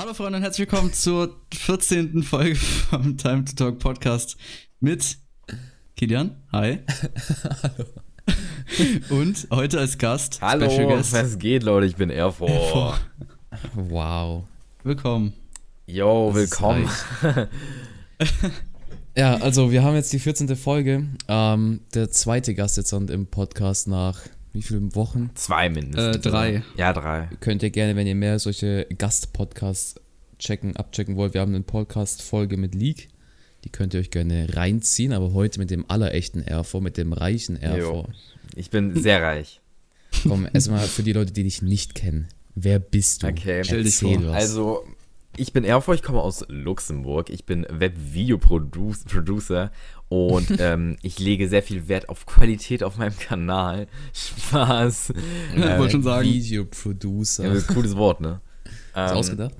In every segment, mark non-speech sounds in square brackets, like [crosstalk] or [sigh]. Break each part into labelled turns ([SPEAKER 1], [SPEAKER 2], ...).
[SPEAKER 1] Hallo Freunde und herzlich willkommen zur 14. Folge vom Time to Talk Podcast mit Kilian. Hi. Hallo. Und heute als Gast,
[SPEAKER 2] Hallo,
[SPEAKER 1] Special Guest.
[SPEAKER 2] was geht, Leute? Ich bin Erfor.
[SPEAKER 3] Wow.
[SPEAKER 1] Willkommen.
[SPEAKER 2] Yo,
[SPEAKER 3] Das ist
[SPEAKER 2] willkommen.
[SPEAKER 3] Ja, also wir haben jetzt die 14. Folge. Ähm, der zweite Gast jetzt an- im Podcast nach wie vielen Wochen?
[SPEAKER 2] Zwei mindestens.
[SPEAKER 1] Äh, drei.
[SPEAKER 2] oder? Ja, drei.
[SPEAKER 3] Könnt ihr gerne, wenn ihr mehr solche Gast-Podcasts checken, abchecken wollt. Wir haben eine Podcast-Folge mit Leak. Die könnt ihr euch gerne reinziehen, aber heute mit dem allerechten Erfor, mit dem reichen Erfor.
[SPEAKER 2] Ich bin sehr
[SPEAKER 1] [laughs]
[SPEAKER 2] reich.
[SPEAKER 3] Komm, erstmal für die Leute, die dich nicht kennen. Wer bist du?
[SPEAKER 2] Okay.
[SPEAKER 1] Stell dich
[SPEAKER 3] Erzähl
[SPEAKER 1] vor.
[SPEAKER 3] was.
[SPEAKER 2] Also, ich bin Erfor, ich komme aus Luxemburg. Ich bin Webvideo-Producer
[SPEAKER 1] [laughs]
[SPEAKER 2] und ähm, ich lege sehr viel Wert auf Qualität auf meinem Kanal. [laughs] Spaß. Äh,
[SPEAKER 1] Ich wollte schon sagen,
[SPEAKER 3] Video-Producer.
[SPEAKER 2] Ja, das ist ein cooles Wort, ne?
[SPEAKER 3] Hast du
[SPEAKER 2] Ähm,
[SPEAKER 3] ausgedacht?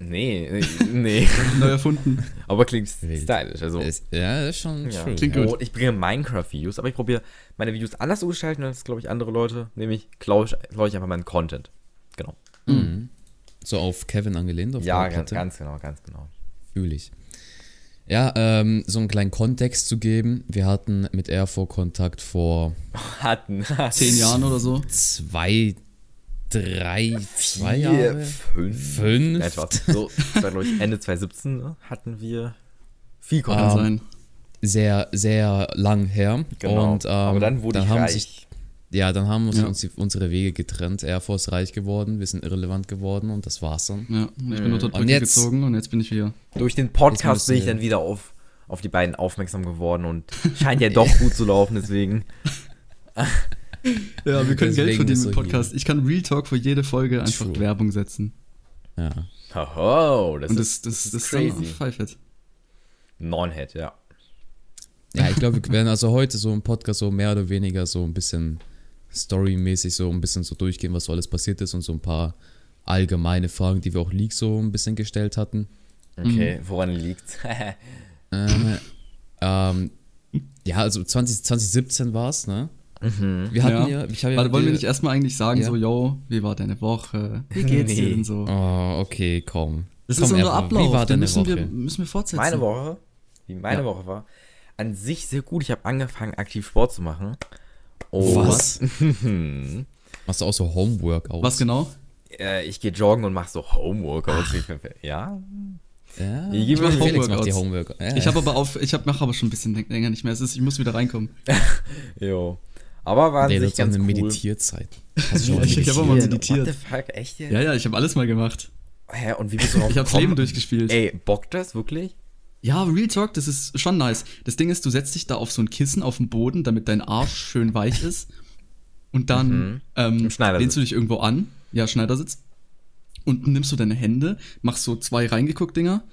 [SPEAKER 2] Nee, nee. [laughs]
[SPEAKER 1] neu erfunden.
[SPEAKER 2] Aber klingt
[SPEAKER 3] Wild.
[SPEAKER 2] stylisch. Also,
[SPEAKER 3] Ist- Ja, das ist schon
[SPEAKER 2] Ja.
[SPEAKER 3] true.
[SPEAKER 1] Klingt
[SPEAKER 3] ja.
[SPEAKER 1] gut.
[SPEAKER 2] Und ich bringe Minecraft-Videos, aber ich probiere meine Videos anders zu gestalten als, glaube ich, andere Leute. Nämlich klaue ich, klaue ich einfach meinen Content. Genau.
[SPEAKER 3] So auf Kevin angelehnt, auf
[SPEAKER 2] Ja,
[SPEAKER 3] der
[SPEAKER 2] ganz,
[SPEAKER 3] Platte.
[SPEAKER 2] ganz genau, ganz genau.
[SPEAKER 3] Fühle ich. Ja, ähm, so einen kleinen Kontext zu geben. Wir hatten mit Erfor Kontakt vor
[SPEAKER 2] Hatten.
[SPEAKER 1] Zehn Jahren oder so.
[SPEAKER 3] zwei, drei, zwei
[SPEAKER 2] Vier,
[SPEAKER 3] Jahre.
[SPEAKER 2] fünf.
[SPEAKER 3] Fünf.
[SPEAKER 2] Nein, Spaß. So, das war, glaube ich, Ende 2017 ne, hatten wir viel
[SPEAKER 1] Kann
[SPEAKER 2] Content.
[SPEAKER 3] Ah,
[SPEAKER 1] sein.
[SPEAKER 3] Sehr, sehr lang her.
[SPEAKER 2] genau.
[SPEAKER 3] Und, ähm,
[SPEAKER 2] aber dann wurde ich
[SPEAKER 3] haben
[SPEAKER 2] reich.
[SPEAKER 3] Sich, ja, dann haben uns,
[SPEAKER 1] Ja.
[SPEAKER 3] uns die, unsere Wege getrennt. Erfor ist reich geworden, wir sind irrelevant geworden und das war's dann.
[SPEAKER 1] Ja, ich bin unter
[SPEAKER 3] Und
[SPEAKER 1] Brücke
[SPEAKER 3] jetzt-
[SPEAKER 1] gezogen und jetzt bin ich hier.
[SPEAKER 2] Durch den
[SPEAKER 3] Jetzt
[SPEAKER 2] Podcast bin ich
[SPEAKER 3] müssen wir-
[SPEAKER 2] dann wieder auf, auf die beiden aufmerksam geworden
[SPEAKER 3] [laughs]
[SPEAKER 2] und scheint ja doch gut zu laufen, deswegen.
[SPEAKER 1] Ja, wir können Geld
[SPEAKER 3] Deswegen
[SPEAKER 1] verdienen
[SPEAKER 3] bist
[SPEAKER 1] mit
[SPEAKER 3] du
[SPEAKER 1] Podcast. Ich kann Real Talk für jede Folge einfach
[SPEAKER 3] True.
[SPEAKER 1] Werbung setzen.
[SPEAKER 3] Ja.
[SPEAKER 2] Hoho, das,
[SPEAKER 1] Und das,
[SPEAKER 2] ist,
[SPEAKER 1] das, das, ist dann
[SPEAKER 2] crazy.
[SPEAKER 1] Pfeifert.
[SPEAKER 2] Non-Head, ja.
[SPEAKER 3] Ja, ich glaube, wir werden also heute so im Podcast so mehr oder weniger so ein bisschen storymäßig so ein bisschen so durchgehen, was so alles passiert ist und so ein paar allgemeine Fragen, die wir auch League so ein bisschen gestellt hatten.
[SPEAKER 2] Okay,
[SPEAKER 3] Mhm.
[SPEAKER 2] woran liegt's? [laughs]
[SPEAKER 3] Äh, ähm, ja, also 20, 2017 war es, ne?
[SPEAKER 1] Mhm.
[SPEAKER 3] Wir hatten ja, ich habe ja.
[SPEAKER 1] Warte, wollen wir
[SPEAKER 3] die-
[SPEAKER 1] nicht erstmal eigentlich sagen,
[SPEAKER 3] Ja.
[SPEAKER 1] so, yo, wie war deine Woche? Wie geht's dir
[SPEAKER 2] Nee.
[SPEAKER 1] denn so?
[SPEAKER 3] Oh, okay, komm.
[SPEAKER 1] Das
[SPEAKER 3] komm,
[SPEAKER 1] ist unser
[SPEAKER 3] Erfa,
[SPEAKER 1] Ablauf,
[SPEAKER 3] Wie war
[SPEAKER 1] den
[SPEAKER 3] deine
[SPEAKER 1] müssen,
[SPEAKER 3] Woche?
[SPEAKER 1] Wir, müssen wir fortsetzen.
[SPEAKER 2] Meine Woche, wie meine
[SPEAKER 1] Ja.
[SPEAKER 2] Woche war, an sich sehr gut. Ich habe angefangen, aktiv Sport zu machen.
[SPEAKER 1] [laughs]
[SPEAKER 2] Und
[SPEAKER 3] Was? Machst du auch so Homeworkouts?
[SPEAKER 1] Was genau?
[SPEAKER 2] Äh, ich gehe joggen und mache so Homeworkouts. Ich- Ja?
[SPEAKER 3] Ja,
[SPEAKER 2] Ich gebe
[SPEAKER 1] mach
[SPEAKER 2] mir
[SPEAKER 3] Felix macht die
[SPEAKER 1] Homeworkouts.
[SPEAKER 3] Homework. Ja,
[SPEAKER 1] Ich habe aber auf, ich hab, mache aber schon ein bisschen läng- länger nicht mehr. Es ist, ich muss wieder reinkommen.
[SPEAKER 2] Jo. Aber war an
[SPEAKER 3] der
[SPEAKER 2] sich
[SPEAKER 3] hat so eine
[SPEAKER 2] ganz cool.
[SPEAKER 3] Meditierzeit. Hast du schon mal
[SPEAKER 1] Ich- ich hab auch mal
[SPEAKER 3] meditiert?
[SPEAKER 1] meditiert.
[SPEAKER 2] What the fuck, echt jetzt?
[SPEAKER 1] Ja, ja, ich habe alles mal gemacht.
[SPEAKER 2] Hä, und
[SPEAKER 1] [laughs]
[SPEAKER 2] wie bist du drauf
[SPEAKER 1] Ich habe das
[SPEAKER 2] gekommen?
[SPEAKER 1] Leben durchgespielt.
[SPEAKER 2] Ey, bockt das wirklich?
[SPEAKER 1] Ja, Real Talk, das ist schon nice. Das Ding ist, du setzt dich da auf so ein Kissen auf den Boden, damit dein Arsch schön weich ist. Und dann ähm,
[SPEAKER 2] Mhm. Im Schneidersitz.
[SPEAKER 1] lehnst du dich irgendwo an. Ja, Schneidersitz. Und nimmst du deine Hände, machst so zwei reingeguckt Dinger.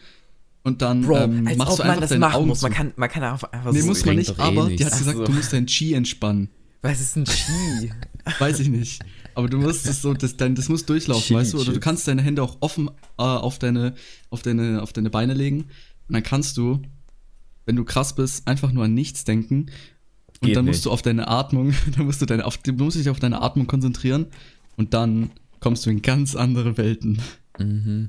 [SPEAKER 1] Und dann ähm, machst du einfach deine Augen zu.
[SPEAKER 2] Man kann, man kann einfach, einfach
[SPEAKER 1] nee,
[SPEAKER 2] so.
[SPEAKER 1] muss man
[SPEAKER 3] bringt
[SPEAKER 1] nicht,
[SPEAKER 3] doch eh
[SPEAKER 1] aber die
[SPEAKER 3] nichts.
[SPEAKER 1] hat gesagt,
[SPEAKER 2] Ach so. [laughs]
[SPEAKER 1] du musst deinen Chi entspannen.
[SPEAKER 2] Was ist ein Ski?
[SPEAKER 1] Weiß ich nicht. Aber du musst es so, das, dein, das muss durchlaufen,
[SPEAKER 2] Chili
[SPEAKER 1] weißt du? Oder du
[SPEAKER 2] Chips.
[SPEAKER 1] kannst deine Hände auch offen äh, auf, deine, auf, deine, auf deine Beine legen. Und dann kannst du, wenn du krass bist, einfach nur an nichts denken. Und
[SPEAKER 2] Geht
[SPEAKER 1] dann
[SPEAKER 2] nicht.
[SPEAKER 1] musst du auf deine Atmung, [laughs] dann musst du deine, auf, du musst dich auf deine Atmung konzentrieren. Und dann kommst du in ganz andere Welten.
[SPEAKER 3] Mhm.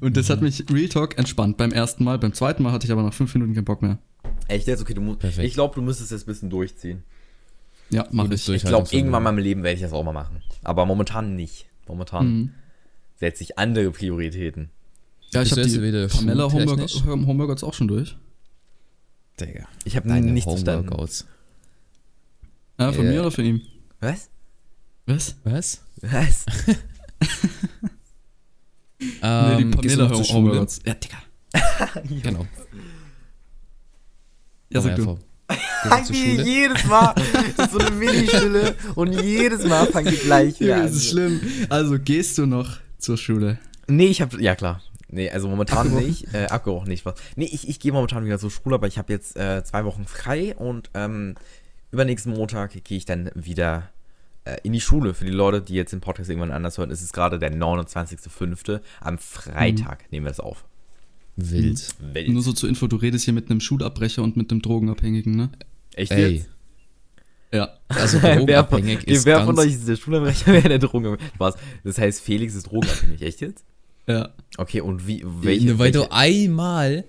[SPEAKER 1] Und das hat mich Real Talk entspannt beim ersten Mal. Beim zweiten Mal hatte ich aber nach fünf Minuten keinen Bock mehr.
[SPEAKER 2] echt jetzt? Okay, du musst.
[SPEAKER 3] Perfekt.
[SPEAKER 2] Ich glaube, du müsstest jetzt ein bisschen durchziehen.
[SPEAKER 1] Ja, mach
[SPEAKER 3] Gutes
[SPEAKER 1] ich.
[SPEAKER 2] Ich glaube, irgendwann
[SPEAKER 3] Durchhaltungsvermögen.
[SPEAKER 2] mal im Leben werde ich das auch mal machen. Aber momentan nicht. Momentan
[SPEAKER 3] Mhm.
[SPEAKER 2] setze ich andere Prioritäten.
[SPEAKER 1] Ja, ich
[SPEAKER 3] Bist du
[SPEAKER 1] habe
[SPEAKER 3] jetzt wieder
[SPEAKER 1] die Pamela Homework,
[SPEAKER 3] schultechnisch?
[SPEAKER 1] Homework jetzt auch schon durch.
[SPEAKER 3] Digga.
[SPEAKER 2] Ich habe
[SPEAKER 3] Deine
[SPEAKER 2] nichts verstanden.
[SPEAKER 3] Homeworkouts.
[SPEAKER 1] Ja, von
[SPEAKER 3] Äh.
[SPEAKER 1] mir oder von ihm?
[SPEAKER 2] Was?
[SPEAKER 1] Was?
[SPEAKER 3] Was?
[SPEAKER 2] Was?
[SPEAKER 3] Ähm, gehst du noch zur Schule?
[SPEAKER 1] Ja, Digga.
[SPEAKER 3] Genau.
[SPEAKER 1] Ja, sag du.
[SPEAKER 3] Einfach. Gehst du zur Schule?
[SPEAKER 2] jedes Mal. Das ist so eine Mini-Stille. Und jedes Mal fangen die gleich
[SPEAKER 1] Ja,
[SPEAKER 2] wieder
[SPEAKER 1] das ist schlimm. Also gehst du noch zur Schule?
[SPEAKER 2] Nee, ich habe. Ja, klar. Nee, also momentan
[SPEAKER 1] Abgebrochen.
[SPEAKER 2] nicht. Äh, abgebrochen nicht. Was. Nee, ich, ich gehe momentan wieder zur Schule, aber ich habe jetzt äh, zwei Wochen frei und ähm, übernächsten Montag gehe ich dann wieder äh, in die Schule. Für die Leute, die jetzt den Podcast irgendwann anders hören, ist es gerade der 29.05. Am Freitag
[SPEAKER 3] Hm.
[SPEAKER 2] nehmen wir das auf.
[SPEAKER 3] Wild.
[SPEAKER 2] Welt.
[SPEAKER 1] Nur so zur Info, du redest hier mit einem Schulabbrecher und mit einem Drogenabhängigen, ne?
[SPEAKER 2] Echt
[SPEAKER 3] Ey,
[SPEAKER 2] jetzt? [laughs]
[SPEAKER 1] Ja.
[SPEAKER 3] [laughs] also
[SPEAKER 2] Wer von,
[SPEAKER 3] drogenabhängig
[SPEAKER 2] [laughs]
[SPEAKER 3] ist
[SPEAKER 2] wer
[SPEAKER 3] ganz...
[SPEAKER 2] von euch ist der Schulabbrecher, wer der Drogenabhängig Spaß. Das heißt, Felix ist drogenabhängig. Echt jetzt?
[SPEAKER 1] Ja.
[SPEAKER 2] Okay, und wie,
[SPEAKER 3] Welche,
[SPEAKER 2] welche,
[SPEAKER 3] weil du [laughs]
[SPEAKER 2] welche,
[SPEAKER 3] einmal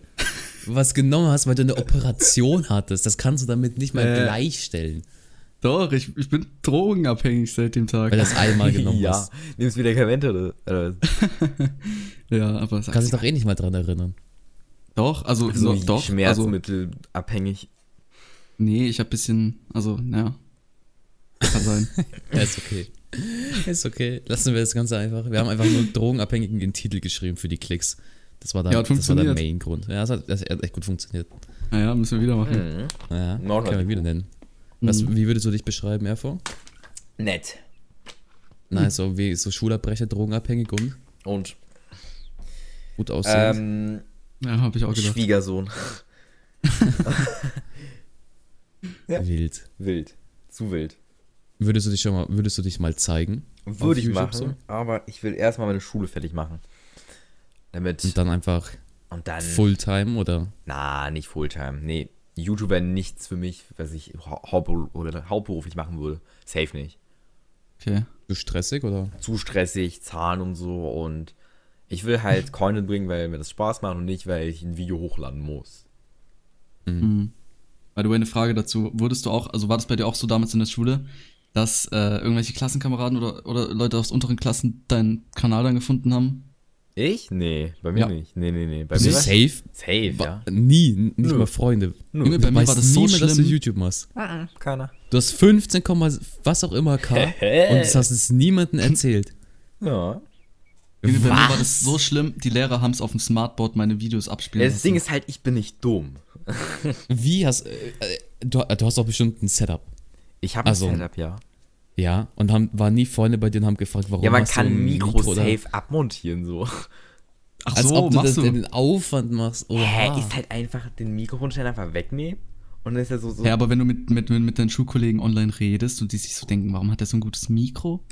[SPEAKER 3] was genommen hast, weil du eine Operation hattest. Das kannst du damit nicht mal
[SPEAKER 1] Äh.
[SPEAKER 3] gleichstellen,
[SPEAKER 1] Doch, ich, ich bin drogenabhängig seit dem Tag.
[SPEAKER 3] weil du das einmal
[SPEAKER 2] [laughs]
[SPEAKER 3] genommen
[SPEAKER 2] ja,
[SPEAKER 3] hast.
[SPEAKER 2] nimmst du Medikamente oder, oder was?
[SPEAKER 1] ja, aber sag
[SPEAKER 3] Kannst dich doch eh nicht mal dran erinnern.
[SPEAKER 1] doch, also,
[SPEAKER 2] so
[SPEAKER 1] so, doch, also,
[SPEAKER 2] schmerzmittelabhängig.
[SPEAKER 1] nee, ich hab bisschen, also, naja, kann sein.
[SPEAKER 3] [laughs] Ja, ist okay. ist okay. Lassen wir das Ganze einfach. Wir haben einfach nur Drogenabhängigen den Titel geschrieben für die Klicks. Das war, da,
[SPEAKER 1] Ja, hat
[SPEAKER 3] das war der
[SPEAKER 1] funktioniert.
[SPEAKER 3] Main-Grund. Ja, das hat, das hat echt gut funktioniert.
[SPEAKER 1] naja, müssen wir wieder machen.
[SPEAKER 3] Hm.
[SPEAKER 2] Mhm.
[SPEAKER 3] Ja, kann
[SPEAKER 2] Nordwand.
[SPEAKER 3] man wieder nennen. Was,
[SPEAKER 1] Mhm.
[SPEAKER 3] Wie würdest du dich beschreiben, Erfo?
[SPEAKER 2] Nett.
[SPEAKER 1] Mhm.
[SPEAKER 3] Nein, so wie so Schulabbrecher, drogenabhängig und
[SPEAKER 2] Und
[SPEAKER 3] gut aussehend.
[SPEAKER 2] ähm,
[SPEAKER 1] Ja, hab ich auch gedacht.
[SPEAKER 2] Schwiegersohn. ja.
[SPEAKER 3] Wild.
[SPEAKER 2] Wild. Zu wild.
[SPEAKER 3] Würdest du dich schon mal, würdest du dich mal zeigen? Auf
[SPEAKER 2] Würde ich
[SPEAKER 3] YouTube
[SPEAKER 2] machen,
[SPEAKER 3] so?
[SPEAKER 2] aber ich will erstmal meine Schule fertig machen. Damit.
[SPEAKER 3] Und dann einfach
[SPEAKER 2] und dann
[SPEAKER 3] Fulltime oder?
[SPEAKER 2] Na, nicht Fulltime. Nee, YouTube wäre nichts für mich, was ich hau- hauptberu- oder hauptberuflich machen würde. Safe nicht.
[SPEAKER 1] Okay.
[SPEAKER 3] Zu stressig oder?
[SPEAKER 2] Zu stressig, Zahlen und so. Und ich will halt Content bringen, weil mir das Spaß macht und nicht, weil ich ein Video hochladen muss.
[SPEAKER 1] By the way, eine Frage dazu. Wurdest du auch, also war das bei dir auch so damals in der Schule, dass äh, irgendwelche Klassenkameraden oder, oder Leute aus unteren Klassen deinen Kanal dann gefunden haben?
[SPEAKER 2] Ich? Nee, bei mir
[SPEAKER 1] Ja.
[SPEAKER 2] nicht. Nee, nee, nee. Bei
[SPEAKER 3] So
[SPEAKER 2] mir war's-
[SPEAKER 3] safe?
[SPEAKER 2] Safe, ja.
[SPEAKER 3] Wa- Nie, n- nicht
[SPEAKER 2] Nö.
[SPEAKER 3] mal Freunde.
[SPEAKER 2] Nö.
[SPEAKER 1] Junge, bei mir
[SPEAKER 3] Weiß
[SPEAKER 1] war das so
[SPEAKER 3] niemand, dass du
[SPEAKER 1] schlimm.
[SPEAKER 3] YouTube machst.
[SPEAKER 2] Keiner.
[SPEAKER 3] Du hast 15, Komma was auch immer K und das hast es niemandem erzählt.
[SPEAKER 2] Ja.
[SPEAKER 1] Junge, Bei mir war
[SPEAKER 3] Was?
[SPEAKER 1] das so schlimm, die Lehrer haben es auf dem Smartboard meine Videos abspielen
[SPEAKER 2] Das
[SPEAKER 1] lassen.
[SPEAKER 2] Ding ist halt, ich bin nicht dumm.
[SPEAKER 3] Wie hast äh, äh, du, du hast doch bestimmt ein Setup.
[SPEAKER 2] Ich habe ein
[SPEAKER 3] Also,
[SPEAKER 2] Setup, ja.
[SPEAKER 3] Ja, und haben, waren nie Freunde bei dir und haben gefragt, warum
[SPEAKER 2] Ja, man
[SPEAKER 3] hast du
[SPEAKER 2] kann
[SPEAKER 3] ein
[SPEAKER 2] Mikro
[SPEAKER 3] oder-
[SPEAKER 2] safe abmontieren, so.
[SPEAKER 1] Ach
[SPEAKER 3] Als
[SPEAKER 1] so,
[SPEAKER 3] ob du das,
[SPEAKER 1] machst du.
[SPEAKER 3] den Aufwand machst. Oha.
[SPEAKER 2] Hä, ist halt einfach den Mikrofonständer einfach wegnehmen und dann ist er so, so
[SPEAKER 1] Ja, aber wenn du mit, mit, mit, mit deinen Schulkollegen online redest und die sich so denken, warum hat der so ein gutes Mikro?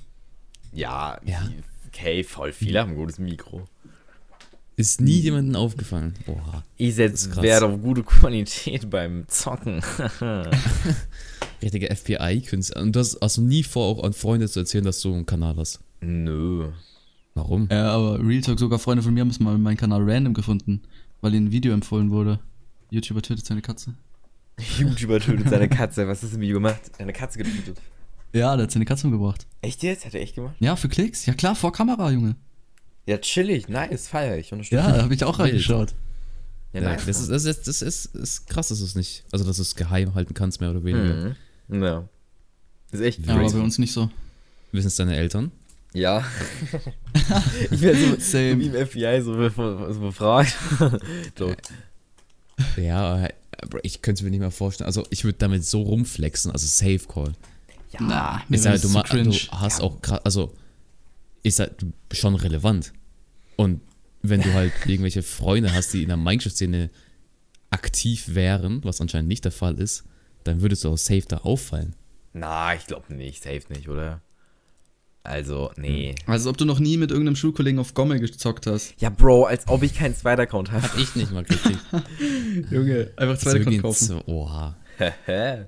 [SPEAKER 2] Ja,
[SPEAKER 3] Ja.
[SPEAKER 2] okay, voll viele haben ein gutes Mikro.
[SPEAKER 3] Ist nie jemandem aufgefallen. Oha.
[SPEAKER 2] Ich setze
[SPEAKER 3] krass.
[SPEAKER 2] Wert auf gute Qualität beim Zocken. [laughs]
[SPEAKER 3] Richtiger FBI-Künstler. Und das hast du nie vor, auch an Freunde zu erzählen, dass du einen Kanal hast.
[SPEAKER 2] Nö.
[SPEAKER 3] Warum?
[SPEAKER 2] Äh,
[SPEAKER 1] Ja, aber Real Talk, sogar Freunde von mir haben es mal in meinen Kanal random gefunden, weil ihnen ein Video empfohlen wurde. YouTuber tötet seine Katze.
[SPEAKER 2] YouTuber tötet seine Katze. Was hast du mit ihm gemacht? Eine Katze getötet.
[SPEAKER 1] Ja, der hat seine Katze umgebracht.
[SPEAKER 2] Echt jetzt? Hat er echt gemacht?
[SPEAKER 1] Ja, für Klicks. Ja klar, vor Kamera, Junge.
[SPEAKER 2] Ja, chillig. Nice, feier ich.
[SPEAKER 1] [laughs]
[SPEAKER 2] Unterstütze.
[SPEAKER 1] Ja, habe ich auch
[SPEAKER 3] Wild.
[SPEAKER 1] reingeschaut.
[SPEAKER 2] ja,
[SPEAKER 3] Ja,
[SPEAKER 2] nice.
[SPEAKER 3] das ist, das ist, das ist, ist krass, dass du es nicht, also dass du es geheim halten kannst, mehr oder weniger.
[SPEAKER 2] Mhm. Ja. Ist echt
[SPEAKER 1] Ja, aber
[SPEAKER 2] crazy.
[SPEAKER 1] bei uns nicht so.
[SPEAKER 3] Wissen es deine Eltern?
[SPEAKER 2] Ja. [laughs] ich werde so, so
[SPEAKER 1] Same.
[SPEAKER 2] wie im FBI so, bef- so befragt. [laughs] Joke.
[SPEAKER 3] Ja, aber ich könnte es mir nicht mehr vorstellen. Also ich würde damit so rumflexen, also Safe Call.
[SPEAKER 2] Ja.
[SPEAKER 1] Na, mir
[SPEAKER 3] Ich
[SPEAKER 1] wäre das
[SPEAKER 3] sage, du,
[SPEAKER 1] zu
[SPEAKER 3] ma- du
[SPEAKER 1] cringe.
[SPEAKER 3] hast auch krass, also ist halt schon relevant. Und wenn du [laughs] halt irgendwelche Freunde hast, die in der Minecraft-Szene aktiv wären, was anscheinend nicht der Fall ist, dann würdest du auch safe da auffallen.
[SPEAKER 2] Na, ich glaube nicht. Safe nicht, oder? Also, nee.
[SPEAKER 1] Also, ob du noch nie mit irgendeinem Schulkollegen auf Gommel gezockt hast.
[SPEAKER 2] Ja, Bro, als ob ich keinen Zweitaccount habe.
[SPEAKER 3] Hab ich nicht [laughs] mal gekriegt.
[SPEAKER 1] Junge, einfach
[SPEAKER 3] Das ist
[SPEAKER 1] zwei
[SPEAKER 3] wirklich
[SPEAKER 1] Account
[SPEAKER 3] ein
[SPEAKER 1] kaufen.
[SPEAKER 3] Z- Oha.
[SPEAKER 2] Hä?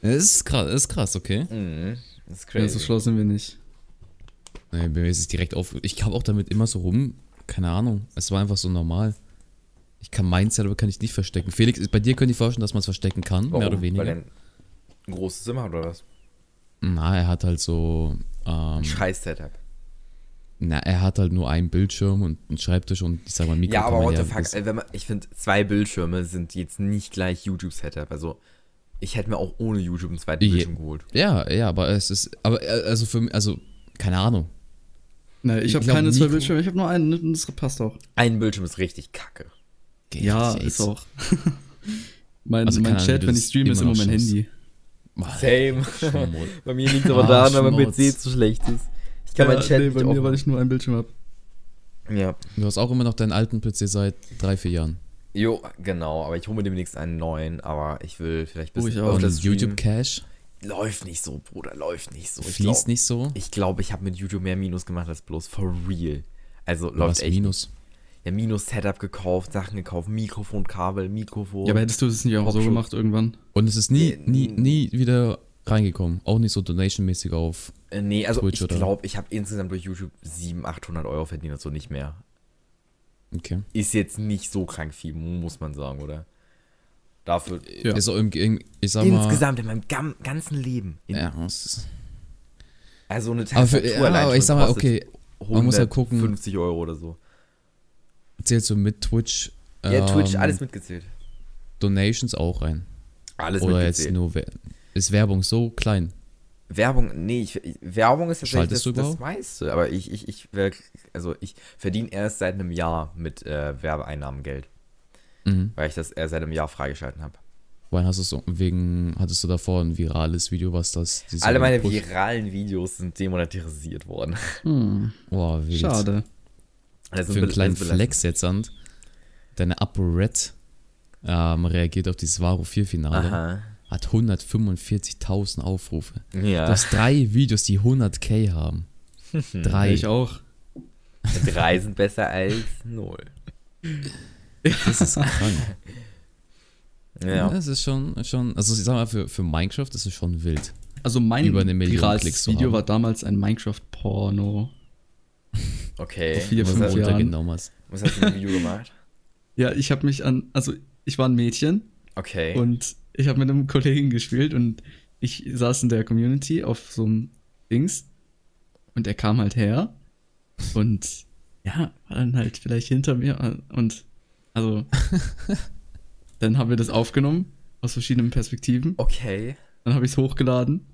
[SPEAKER 3] Das ist krass, das ist krass, okay.
[SPEAKER 2] [laughs] Mhm. Das ist crazy.
[SPEAKER 1] Ja, so schlau sind wir nicht.
[SPEAKER 3] Nee, bei mir ist es direkt auf. Ich kam auch damit immer so rum. Keine Ahnung. Es war einfach so normal. Ich kann mein Setup kann ich nicht verstecken. Felix, ist- bei dir könnte ich vorstellen, dass man es verstecken kann, mehr oder
[SPEAKER 2] Weil
[SPEAKER 3] weniger.
[SPEAKER 2] er ein großes Zimmer hat oder was?
[SPEAKER 3] Na, er hat halt so. Ähm,
[SPEAKER 2] Scheiß Setup.
[SPEAKER 3] na, er hat halt nur einen Bildschirm und einen Schreibtisch und ich sag mal Mikro.
[SPEAKER 2] Ja,
[SPEAKER 3] kann
[SPEAKER 2] aber
[SPEAKER 3] man
[SPEAKER 2] what the
[SPEAKER 3] ein
[SPEAKER 2] fuck,
[SPEAKER 3] bisschen-
[SPEAKER 2] äh, wenn man, ich finde, zwei Bildschirme sind jetzt nicht gleich YouTube-Setup. Also, ich hätte mir auch ohne YouTube einen zweiten
[SPEAKER 3] Je-
[SPEAKER 2] Bildschirm geholt.
[SPEAKER 3] Ja, ja, aber es ist. Aber äh, also für mich, also, keine Ahnung.
[SPEAKER 1] Na, ich
[SPEAKER 3] Ich
[SPEAKER 1] habe
[SPEAKER 3] glaub,
[SPEAKER 1] keine zwei
[SPEAKER 3] Nico-
[SPEAKER 1] Bildschirme, ich habe nur einen ne? und das passt auch.
[SPEAKER 2] Ein Bildschirm ist richtig kacke.
[SPEAKER 3] Geht
[SPEAKER 1] Ja,
[SPEAKER 3] nicht.
[SPEAKER 1] ist auch. [laughs] mein
[SPEAKER 3] Also,
[SPEAKER 1] mein
[SPEAKER 3] keine Ahnung,
[SPEAKER 1] Chat,
[SPEAKER 3] wie
[SPEAKER 1] wenn
[SPEAKER 3] du
[SPEAKER 1] ich
[SPEAKER 3] das
[SPEAKER 1] streame, ist
[SPEAKER 3] immer
[SPEAKER 1] immer
[SPEAKER 3] noch
[SPEAKER 1] mein
[SPEAKER 3] schaffst.
[SPEAKER 1] Handy.
[SPEAKER 3] Mann,
[SPEAKER 2] Same.
[SPEAKER 3] Schmutz.
[SPEAKER 2] bei mir liegt es aber
[SPEAKER 3] Ah,
[SPEAKER 2] daran, weil mein
[SPEAKER 3] Schmutz.
[SPEAKER 2] PC zu schlecht ist. Ich kann meinen Chat
[SPEAKER 1] nee,
[SPEAKER 2] nicht
[SPEAKER 1] bei mir, weil
[SPEAKER 2] offen.
[SPEAKER 1] ich nur einen Bildschirm habe.
[SPEAKER 2] Ja.
[SPEAKER 3] Du hast auch immer noch deinen alten PC seit drei, vier Jahren.
[SPEAKER 2] Jo, genau, aber ich hole mir demnächst einen neuen, aber ich will vielleicht ein
[SPEAKER 1] Oh,
[SPEAKER 2] bisschen
[SPEAKER 1] ich auch.
[SPEAKER 2] öfter
[SPEAKER 3] Und
[SPEAKER 2] streamen.
[SPEAKER 3] YouTube Cash
[SPEAKER 2] Läuft nicht so, Bruder, läuft nicht so. Ich
[SPEAKER 3] fließt
[SPEAKER 2] glaub-
[SPEAKER 3] nicht so.
[SPEAKER 2] Ich glaube, ich habe mit YouTube mehr Minus gemacht als bloß for real. Also läuft
[SPEAKER 3] Was
[SPEAKER 2] echt.
[SPEAKER 3] Minus.
[SPEAKER 2] Ja, Minus-Setup gekauft, Sachen gekauft, Mikrofon, Kabel, Mikrofon.
[SPEAKER 1] Ja, aber hättest du es nicht auch so
[SPEAKER 2] Popschutz.
[SPEAKER 1] gemacht irgendwann?
[SPEAKER 3] Und es ist nie,
[SPEAKER 2] Nee,
[SPEAKER 3] nie, nie wieder reingekommen. Auch nicht so donation-mäßig auf.
[SPEAKER 2] Äh, nee, also
[SPEAKER 3] Twitch
[SPEAKER 2] ich
[SPEAKER 3] oder-
[SPEAKER 2] glaube, ich habe insgesamt durch YouTube 700, 800 Euro verdient, also nicht mehr.
[SPEAKER 3] Okay.
[SPEAKER 2] Ist jetzt nicht so krank viel, muss man sagen, oder? Dafür.
[SPEAKER 1] Ja.
[SPEAKER 3] Ist auch im, im, ich sag mal.
[SPEAKER 2] Insgesamt in meinem gam- ganzen Leben. In,
[SPEAKER 3] Ja, es ist-
[SPEAKER 2] Also eine
[SPEAKER 3] aber, für,
[SPEAKER 2] Tastatur
[SPEAKER 3] ja,
[SPEAKER 2] allein
[SPEAKER 3] aber ich
[SPEAKER 2] schon
[SPEAKER 3] sag mal,
[SPEAKER 2] kostet
[SPEAKER 3] okay, man muss halt gucken.
[SPEAKER 2] 50 Euro oder so.
[SPEAKER 3] zählt so mit Twitch.
[SPEAKER 2] Ja, Twitch,
[SPEAKER 3] ähm,
[SPEAKER 2] alles mitgezählt.
[SPEAKER 3] Donations auch rein.
[SPEAKER 2] Alles
[SPEAKER 3] Oder jetzt
[SPEAKER 2] mitgezählt.
[SPEAKER 3] nur. Wer- Ist Werbung so klein?
[SPEAKER 2] Werbung, nee, ich, ich- Werbung ist tatsächlich das,
[SPEAKER 3] Schaltest du
[SPEAKER 2] das
[SPEAKER 3] überhaupt?
[SPEAKER 2] meiste. Aber ich, ich, ich, wer- also ich verdiene erst seit einem Jahr mit äh, Werbeeinnahmen Geld,
[SPEAKER 3] Mhm.
[SPEAKER 2] weil ich das erst seit einem Jahr freigeschalten habe.
[SPEAKER 3] Weil hast du so, wegen, hattest du davor ein virales Video, was das. diese-
[SPEAKER 2] Alle meine viralen Videos sind demonetarisiert worden. [laughs]
[SPEAKER 1] Hm,
[SPEAKER 3] Boah, wild.
[SPEAKER 1] schade.
[SPEAKER 2] Das ist
[SPEAKER 3] Für einen
[SPEAKER 2] bel-
[SPEAKER 3] kleinen
[SPEAKER 2] das ist belastend.
[SPEAKER 3] Flex jetzt an. Deine Upper Red ähm, reagiert auf dieses Varo 4-Finale.
[SPEAKER 2] Aha.
[SPEAKER 3] Hat 145.000 Aufrufe.
[SPEAKER 2] Ja, Hm,
[SPEAKER 3] Du hast drei Videos, die 100k haben. Drei.
[SPEAKER 1] Ich auch.
[SPEAKER 2] drei sind besser als null.
[SPEAKER 3] Das ist krank. Ja. [laughs]
[SPEAKER 2] Ja.
[SPEAKER 3] Das ist schon, schon, also ich sag mal, für, für Minecraft das ist schon wild.
[SPEAKER 1] Also mein
[SPEAKER 3] Über eine Million Klicks
[SPEAKER 1] virales
[SPEAKER 3] zu
[SPEAKER 1] Video
[SPEAKER 3] haben.
[SPEAKER 1] war damals ein Minecraft-Porno.
[SPEAKER 2] Okay.
[SPEAKER 1] Vier,
[SPEAKER 3] was
[SPEAKER 1] fünf
[SPEAKER 3] du
[SPEAKER 1] Jahren.
[SPEAKER 3] runtergenommen hast.
[SPEAKER 2] Was hast du im Video gemacht?
[SPEAKER 1] Ja, ich habe mich an, also ich war ein Mädchen
[SPEAKER 2] Okay.
[SPEAKER 1] und ich habe mit einem Kollegen gespielt und ich saß in der Community auf so einem Dings und er kam halt her und ja, war dann halt vielleicht hinter mir und also
[SPEAKER 3] [laughs]
[SPEAKER 1] dann haben wir das aufgenommen aus verschiedenen Perspektiven,
[SPEAKER 2] okay.
[SPEAKER 1] dann habe ich es hochgeladen,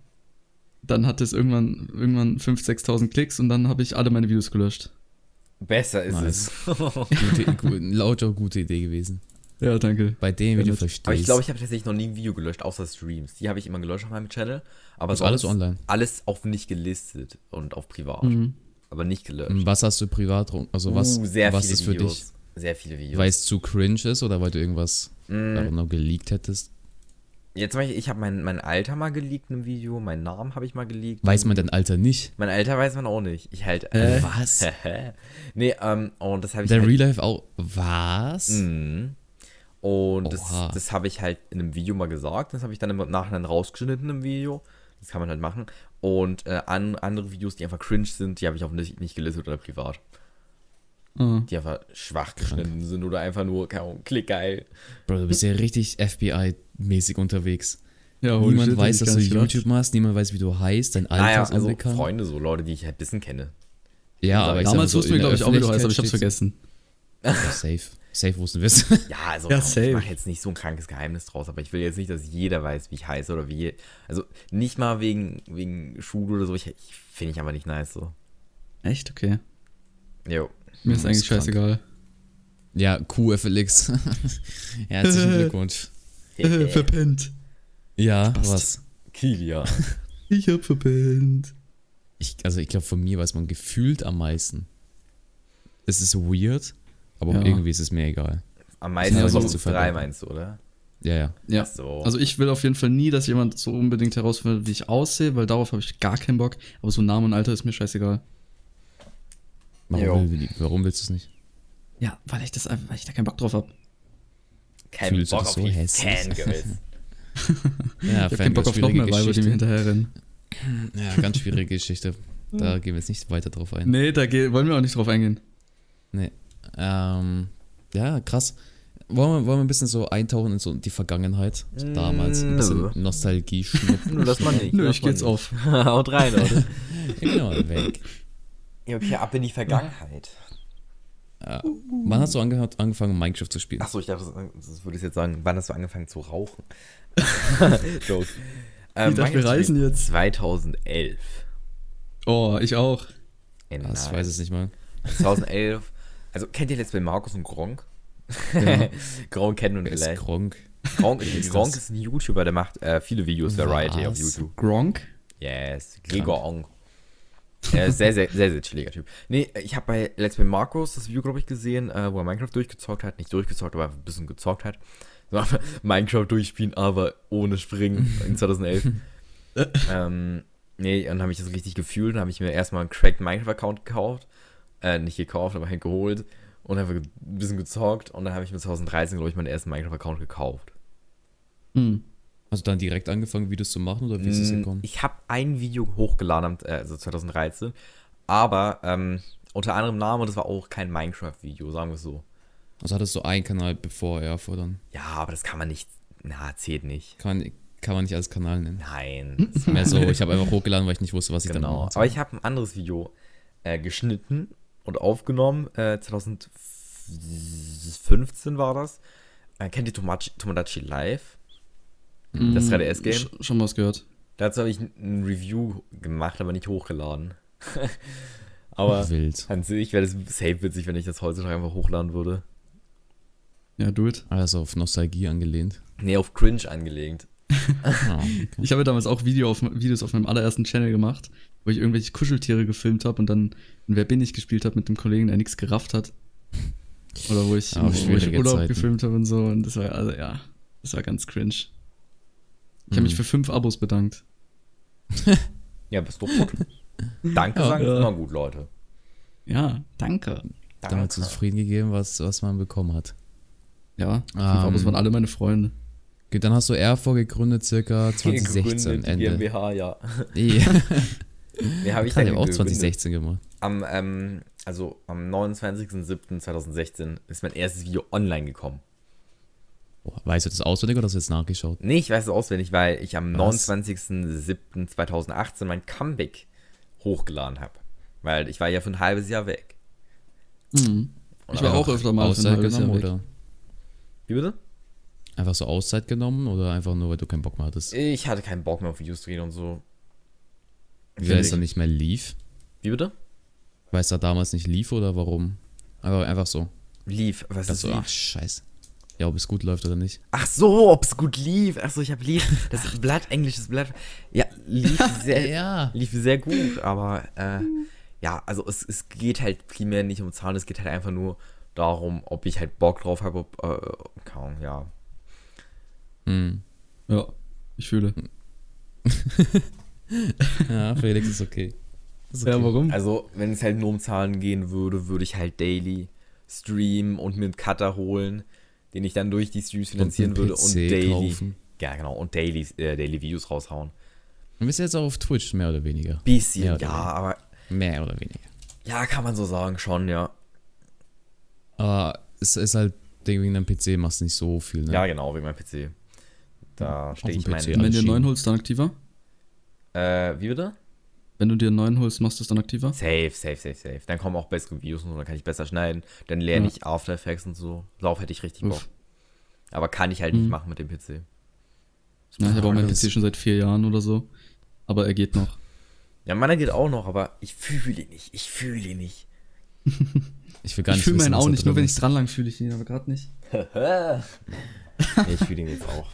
[SPEAKER 1] dann hat es irgendwann irgendwann 5.000, 6.000 Klicks und dann habe ich alle meine Videos gelöscht.
[SPEAKER 2] Besser ist
[SPEAKER 3] Nice.
[SPEAKER 2] [laughs] es.
[SPEAKER 3] Gute, gu, lauter gute Idee gewesen.
[SPEAKER 1] Ja, danke.
[SPEAKER 3] Bei dem Video
[SPEAKER 1] Ja,
[SPEAKER 3] verstehst
[SPEAKER 2] Aber ich glaube, ich habe tatsächlich noch nie ein Video gelöscht, außer Streams. Die habe ich immer gelöscht auf meinem Channel. Aber
[SPEAKER 3] Ist alles online.
[SPEAKER 2] Alles auf nicht gelistet und auf privat.
[SPEAKER 1] Mhm.
[SPEAKER 2] Aber nicht gelöscht.
[SPEAKER 3] was hast du privat drum? Also Mhm. was,
[SPEAKER 2] Uh, sehr
[SPEAKER 3] was
[SPEAKER 2] viele
[SPEAKER 3] ist für
[SPEAKER 2] Videos.
[SPEAKER 3] dich?
[SPEAKER 2] Sehr viele Videos.
[SPEAKER 3] Weil es zu cringe ist oder weil du irgendwas mm. noch geleakt hättest?
[SPEAKER 2] Jetzt zum Beispiel, ich habe mein, mein Alter mal geleakt in einem Video, meinen Namen habe ich mal geleakt.
[SPEAKER 3] Weiß man dein Alter nicht?
[SPEAKER 2] mein Alter weiß man auch nicht. Ich halt. [laughs]
[SPEAKER 3] Was?
[SPEAKER 2] nee, ähm, und das habe ich.
[SPEAKER 3] Dein
[SPEAKER 2] halt,
[SPEAKER 3] Real Life auch. Was?
[SPEAKER 2] Mhm. Und das,
[SPEAKER 3] Oha.
[SPEAKER 2] das habe ich halt in einem Video mal gesagt. Das habe ich dann im Nachhinein rausgeschnitten im Video. Das kann man halt machen. Und äh, an, andere Videos, die einfach cringe sind, die habe ich auch nicht, nicht gelistet oder privat.
[SPEAKER 1] Ah.
[SPEAKER 2] Die einfach schwach geschnitten sind oder einfach nur, keine Ahnung, klickgeil.
[SPEAKER 3] Bro, du bist ja richtig FBI-mäßig unterwegs.
[SPEAKER 1] Ja, holy
[SPEAKER 3] niemand
[SPEAKER 1] Oh, shit,
[SPEAKER 3] weiß,
[SPEAKER 1] hab ich
[SPEAKER 3] dass
[SPEAKER 1] gar
[SPEAKER 3] du
[SPEAKER 1] nicht gedacht.
[SPEAKER 3] YouTube machst, niemand weiß, wie du heißt, dein Alter
[SPEAKER 2] Naja,
[SPEAKER 3] ist
[SPEAKER 2] also
[SPEAKER 3] unbekannt.
[SPEAKER 2] Freunde, so Leute, die ich halt ein bisschen kenne.
[SPEAKER 3] ja, aber ich sag mal
[SPEAKER 1] Damals
[SPEAKER 3] so,
[SPEAKER 1] wussten wir,
[SPEAKER 3] in
[SPEAKER 1] glaube
[SPEAKER 3] der
[SPEAKER 1] ich, auch, wie du heißt, aber ich hab's
[SPEAKER 3] Öffentlichkeit
[SPEAKER 1] vergessen.
[SPEAKER 3] steht's- Safe. Safe wussten wir es.
[SPEAKER 2] Ja, also
[SPEAKER 1] Ja,
[SPEAKER 2] ich
[SPEAKER 1] safe.
[SPEAKER 2] mache jetzt nicht so ein krankes Geheimnis draus, aber ich will jetzt nicht, dass jeder weiß, wie ich heiße oder wie. Also nicht mal wegen, wegen Schule oder so. Ich, ich finde ich einfach nicht nice so.
[SPEAKER 1] Echt? Okay. [laughs]
[SPEAKER 2] Jo. [laughs]
[SPEAKER 1] Mir ist
[SPEAKER 3] Hm,
[SPEAKER 1] eigentlich
[SPEAKER 3] ist krank.
[SPEAKER 1] scheißegal.
[SPEAKER 3] [laughs] ja, Kuh, Felix. [laughs] Herzlichen Glückwunsch.
[SPEAKER 1] Äh, verpennt.
[SPEAKER 3] Ja,
[SPEAKER 1] Spaß.
[SPEAKER 3] was?
[SPEAKER 2] Kilia.
[SPEAKER 1] Ich hab verpennt.
[SPEAKER 3] Ich, also ich glaube, von mir weiß man gefühlt am meisten. Es ist weird, aber
[SPEAKER 1] Ja.
[SPEAKER 3] irgendwie ist es mir egal.
[SPEAKER 2] [laughs] Am meisten
[SPEAKER 1] Ja,
[SPEAKER 2] ja,
[SPEAKER 1] so
[SPEAKER 2] so
[SPEAKER 3] zu
[SPEAKER 2] drei
[SPEAKER 3] verdecken.
[SPEAKER 2] meinst du, oder?
[SPEAKER 3] Ja, ja.
[SPEAKER 1] Ja.
[SPEAKER 2] So.
[SPEAKER 1] Also ich will auf jeden Fall nie, dass jemand so unbedingt herausfindet, wie ich aussehe, weil darauf habe ich gar keinen Bock. Aber so Name und Alter ist mir scheißegal.
[SPEAKER 3] Warum,
[SPEAKER 2] Jo.
[SPEAKER 3] will, die- warum willst du es nicht?
[SPEAKER 1] Ja, weil ich das einfach, weil ich da keinen Bock drauf habe.
[SPEAKER 2] kein
[SPEAKER 3] fühlst du
[SPEAKER 2] Bock
[SPEAKER 3] dich
[SPEAKER 2] auf
[SPEAKER 3] so
[SPEAKER 2] die
[SPEAKER 3] hässlich? [laughs]
[SPEAKER 2] Fangirls.
[SPEAKER 3] Ja,
[SPEAKER 1] Ich habe keinen Bock auf noch mehr Weiber, die mir hinterherrennen.
[SPEAKER 3] Ja, ganz schwierige Geschichte. Da gehen wir jetzt nicht weiter drauf ein.
[SPEAKER 1] Nee, da ge- wollen wir auch nicht drauf eingehen.
[SPEAKER 3] Nee. Ähm, ja, krass. Wollen wir, wollen wir ein bisschen so eintauchen in so die Vergangenheit? So damals. Ein bisschen
[SPEAKER 2] Nö. [laughs]
[SPEAKER 3] Nostalgie
[SPEAKER 2] [laughs]
[SPEAKER 3] schnuppern.
[SPEAKER 2] Nur lass mal nicht.
[SPEAKER 1] Nö,
[SPEAKER 2] lass
[SPEAKER 1] ich
[SPEAKER 2] mal
[SPEAKER 1] gehe jetzt
[SPEAKER 2] nicht.
[SPEAKER 1] auf.
[SPEAKER 2] [laughs] Haut rein,
[SPEAKER 3] [laughs]
[SPEAKER 2] Leute.
[SPEAKER 3] genau, weg.
[SPEAKER 2] ja, okay, ab in die Vergangenheit.
[SPEAKER 3] Wann hast du angehört, angefangen, Minecraft zu spielen?
[SPEAKER 2] Achso, ich dachte, das, das würde ich jetzt sagen, wann hast du angefangen zu
[SPEAKER 3] [laughs]
[SPEAKER 2] rauchen? Joke. Ähm,
[SPEAKER 1] Ich dachte, wir
[SPEAKER 2] Minecraft
[SPEAKER 1] reisen
[SPEAKER 2] Spiel
[SPEAKER 1] jetzt.
[SPEAKER 2] 2011.
[SPEAKER 1] Oh, ich auch.
[SPEAKER 2] In
[SPEAKER 3] Ah, ich
[SPEAKER 2] Nice.
[SPEAKER 3] weiß es nicht mal.
[SPEAKER 2] 2011. Also kennt ihr jetzt bei Markus und Gronk? [laughs] Gronk kennen wir
[SPEAKER 3] Wer ist
[SPEAKER 2] vielleicht.
[SPEAKER 3] Gronk?
[SPEAKER 2] Gronk, Gronk
[SPEAKER 3] das?
[SPEAKER 2] ist ein YouTuber, der macht äh, viele Videos Variety auf
[SPEAKER 3] Was?
[SPEAKER 2] YouTube.
[SPEAKER 1] Gronk?
[SPEAKER 2] Yes, Gregor Ong. Er ist sehr, sehr, sehr, sehr chilliger Typ. Nee, ich habe bei Let's Play Markus das Video, glaube ich, gesehen, äh, wo er Minecraft durchgezockt hat. Nicht durchgezockt, aber ein bisschen gezockt hat. So, aber [laughs] Minecraft durchspielen, aber ohne Springen in 2011. ähm, nee, dann habe ich das richtig gefühlt. Dann habe ich mir erstmal einen Cracked Minecraft-Account gekauft. Äh, nicht gekauft, aber halt geholt. Und einfach ein bisschen gezockt. Und dann habe ich mir 2013, glaube ich, meinen ersten Minecraft-Account gekauft.
[SPEAKER 1] Hm.
[SPEAKER 3] Hast du dann direkt angefangen, Videos zu machen oder wie ist es
[SPEAKER 2] Mm,
[SPEAKER 3] gekommen?
[SPEAKER 2] Ich habe ein Video hochgeladen, am- äh, also 2013, aber ähm, unter anderem Namen und das war auch kein Minecraft-Video, sagen wir es so.
[SPEAKER 3] Also hattest du einen Kanal bevor er dann
[SPEAKER 2] Ja, aber das kann man nicht. Na, zählt nicht.
[SPEAKER 3] Kann, man- kann man nicht als Kanal nennen.
[SPEAKER 2] Nein. das
[SPEAKER 3] Mehr so, ich habe einfach hochgeladen, weil ich nicht wusste, was ich
[SPEAKER 2] Genau.
[SPEAKER 3] dann
[SPEAKER 2] Aber ich habe ein anderes Video äh, geschnitten und aufgenommen. Äh, 2015 war das. Äh, kennt ihr Tomachi, Tomodachi Live? Das
[SPEAKER 1] Mm,
[SPEAKER 2] 3DS-Game?
[SPEAKER 1] Sch schon mal was gehört.
[SPEAKER 2] Dazu habe ich ein- ein Review gemacht, aber nicht hochgeladen. [laughs] aber
[SPEAKER 3] Wild.
[SPEAKER 2] an sich wäre das safe witzig, wenn ich das heutzutage einfach hochladen würde.
[SPEAKER 1] Ja, do it.
[SPEAKER 3] Also auf Nostalgie angelehnt.
[SPEAKER 2] Nee, auf Cringe angelegt.
[SPEAKER 3] Ah, okay.
[SPEAKER 2] [laughs]
[SPEAKER 1] Ich habe ja damals auch Video auf, Videos auf meinem allerersten Channel gemacht, wo ich irgendwelche Kuscheltiere gefilmt habe und dann in Wer bin ich gespielt habe mit einem Kollegen, der nichts gerafft hat. Oder wo ich,
[SPEAKER 3] Auch
[SPEAKER 1] wo ich
[SPEAKER 3] Ah, schwierige
[SPEAKER 1] Urlaub
[SPEAKER 3] Zeiten.
[SPEAKER 1] gefilmt habe und so. Und das war, also ja, das war ganz cringe. Ich habe
[SPEAKER 3] Mhm.
[SPEAKER 1] mich für fünf Abos bedankt.
[SPEAKER 2] Ja, bist doch gut. Danke
[SPEAKER 3] Ja.
[SPEAKER 2] sagen ist
[SPEAKER 1] Ja.
[SPEAKER 2] immer gut, Leute.
[SPEAKER 1] Ja, danke.
[SPEAKER 3] Damit zufrieden gegeben, was, was man bekommen hat.
[SPEAKER 1] Ja, fünf
[SPEAKER 3] Ähm.
[SPEAKER 1] Abos waren alle meine Freunde.
[SPEAKER 3] Okay, dann hast du RV gegründet, circa 2016
[SPEAKER 2] Gegründet, die
[SPEAKER 3] [laughs] Ende.
[SPEAKER 2] GmbH, ja. [laughs]
[SPEAKER 3] Nee,
[SPEAKER 2] Nee,
[SPEAKER 3] ich habe
[SPEAKER 2] hab ich denn
[SPEAKER 3] auch
[SPEAKER 2] gegründet?
[SPEAKER 3] 2016 gemacht.
[SPEAKER 2] Am, ähm, also am 29.07.2016 ist mein erstes Video online gekommen.
[SPEAKER 3] Boah, weißt du das auswendig oder hast du jetzt nachgeschaut?
[SPEAKER 2] Nee, ich weiß es auswendig, weil ich am
[SPEAKER 3] Was?
[SPEAKER 2] 29.07.2018 mein Comeback hochgeladen habe. Weil ich war ja für ein halbes Jahr weg.
[SPEAKER 3] Mhm.
[SPEAKER 1] Ich war auch öfter mal für ein
[SPEAKER 3] Auszeit
[SPEAKER 1] halbes Jahr
[SPEAKER 3] genommen
[SPEAKER 1] weg.
[SPEAKER 3] oder?
[SPEAKER 2] Wie bitte?
[SPEAKER 3] Einfach so Auszeit genommen oder einfach nur, weil du keinen Bock mehr hattest?
[SPEAKER 2] Ich hatte keinen Bock mehr auf Videos drehen und so.
[SPEAKER 3] Weil es dann nicht mehr lief?
[SPEAKER 2] Wie bitte?
[SPEAKER 3] Weil es da damals nicht lief oder warum? Aber einfach so.
[SPEAKER 2] Lief. Was
[SPEAKER 3] Das
[SPEAKER 2] ist
[SPEAKER 3] so,
[SPEAKER 2] lief?
[SPEAKER 3] ach, scheiße. Ja, ob es gut läuft oder nicht.
[SPEAKER 2] Ach so, ob es gut lief. Ach so, ich habe lief.
[SPEAKER 3] [laughs]
[SPEAKER 2] Das Blatt, englisches Blatt. Ja, lief sehr,
[SPEAKER 3] Ja.
[SPEAKER 2] lief sehr gut, aber äh, ja, also es, es geht halt primär nicht um Zahlen, es geht halt einfach nur darum, ob ich halt Bock drauf habe, ob, äh, keine Ahnung, ja.
[SPEAKER 3] Hm.
[SPEAKER 1] Ja, ich fühle.
[SPEAKER 3] Ja, Felix ist okay. Ist okay.
[SPEAKER 1] Ja, warum?
[SPEAKER 2] Also, wenn es halt nur um Zahlen gehen würde, würde ich halt daily streamen und mir einen Cutter holen, den ich dann durch die Streams finanzieren würde und
[SPEAKER 3] PC
[SPEAKER 2] daily.
[SPEAKER 3] kaufen.
[SPEAKER 2] Ja, genau, und daily, äh, daily Videos raushauen.
[SPEAKER 3] Du bist jetzt auch auf Twitch, mehr oder weniger.
[SPEAKER 2] Bisschen,
[SPEAKER 3] Ja,
[SPEAKER 2] ja,
[SPEAKER 3] oder
[SPEAKER 2] ja, aber
[SPEAKER 3] Mehr oder weniger.
[SPEAKER 2] ja, kann man so sagen, schon, ja.
[SPEAKER 3] Aber es ist halt, wegen deinem PC machst du nicht so viel, ne?
[SPEAKER 2] Ja, genau, wegen meinem PC. Da stehe
[SPEAKER 3] dem
[SPEAKER 2] ich meinen.
[SPEAKER 3] PC,
[SPEAKER 1] Wenn
[SPEAKER 3] alles
[SPEAKER 1] du einen neuen
[SPEAKER 3] schieben.
[SPEAKER 1] holst, dann aktiver.
[SPEAKER 2] Äh, wie bitte?
[SPEAKER 1] Wenn du dir einen neuen holst, machst du es dann aktiver.
[SPEAKER 2] Safe, safe, safe, safe. Dann kommen auch bessere Videos und so, dann kann ich besser schneiden. Dann lerne
[SPEAKER 1] Ja.
[SPEAKER 2] ich After Effects und so. Darauf hätte ich richtig Bock.
[SPEAKER 1] Uff.
[SPEAKER 2] Aber kann ich halt nicht machen mit dem PC.
[SPEAKER 1] Ja, ich habe Ne, auch meinen
[SPEAKER 3] Das-
[SPEAKER 1] PC schon seit vier Jahren oder so. Aber er geht noch.
[SPEAKER 2] Ja, meiner geht auch noch, aber ich fühle ihn nicht. Ich fühle ihn nicht.
[SPEAKER 3] Ich will gar
[SPEAKER 1] ich
[SPEAKER 3] nicht
[SPEAKER 1] fühle
[SPEAKER 3] wissen,
[SPEAKER 1] meinen
[SPEAKER 3] was
[SPEAKER 1] auch
[SPEAKER 3] da
[SPEAKER 1] nicht, nur
[SPEAKER 3] drin
[SPEAKER 1] wenn
[SPEAKER 3] ist.
[SPEAKER 1] ich dran lang fühle ich ihn, aber gerade nicht.
[SPEAKER 2] Nee, ich fühle ihn jetzt auch.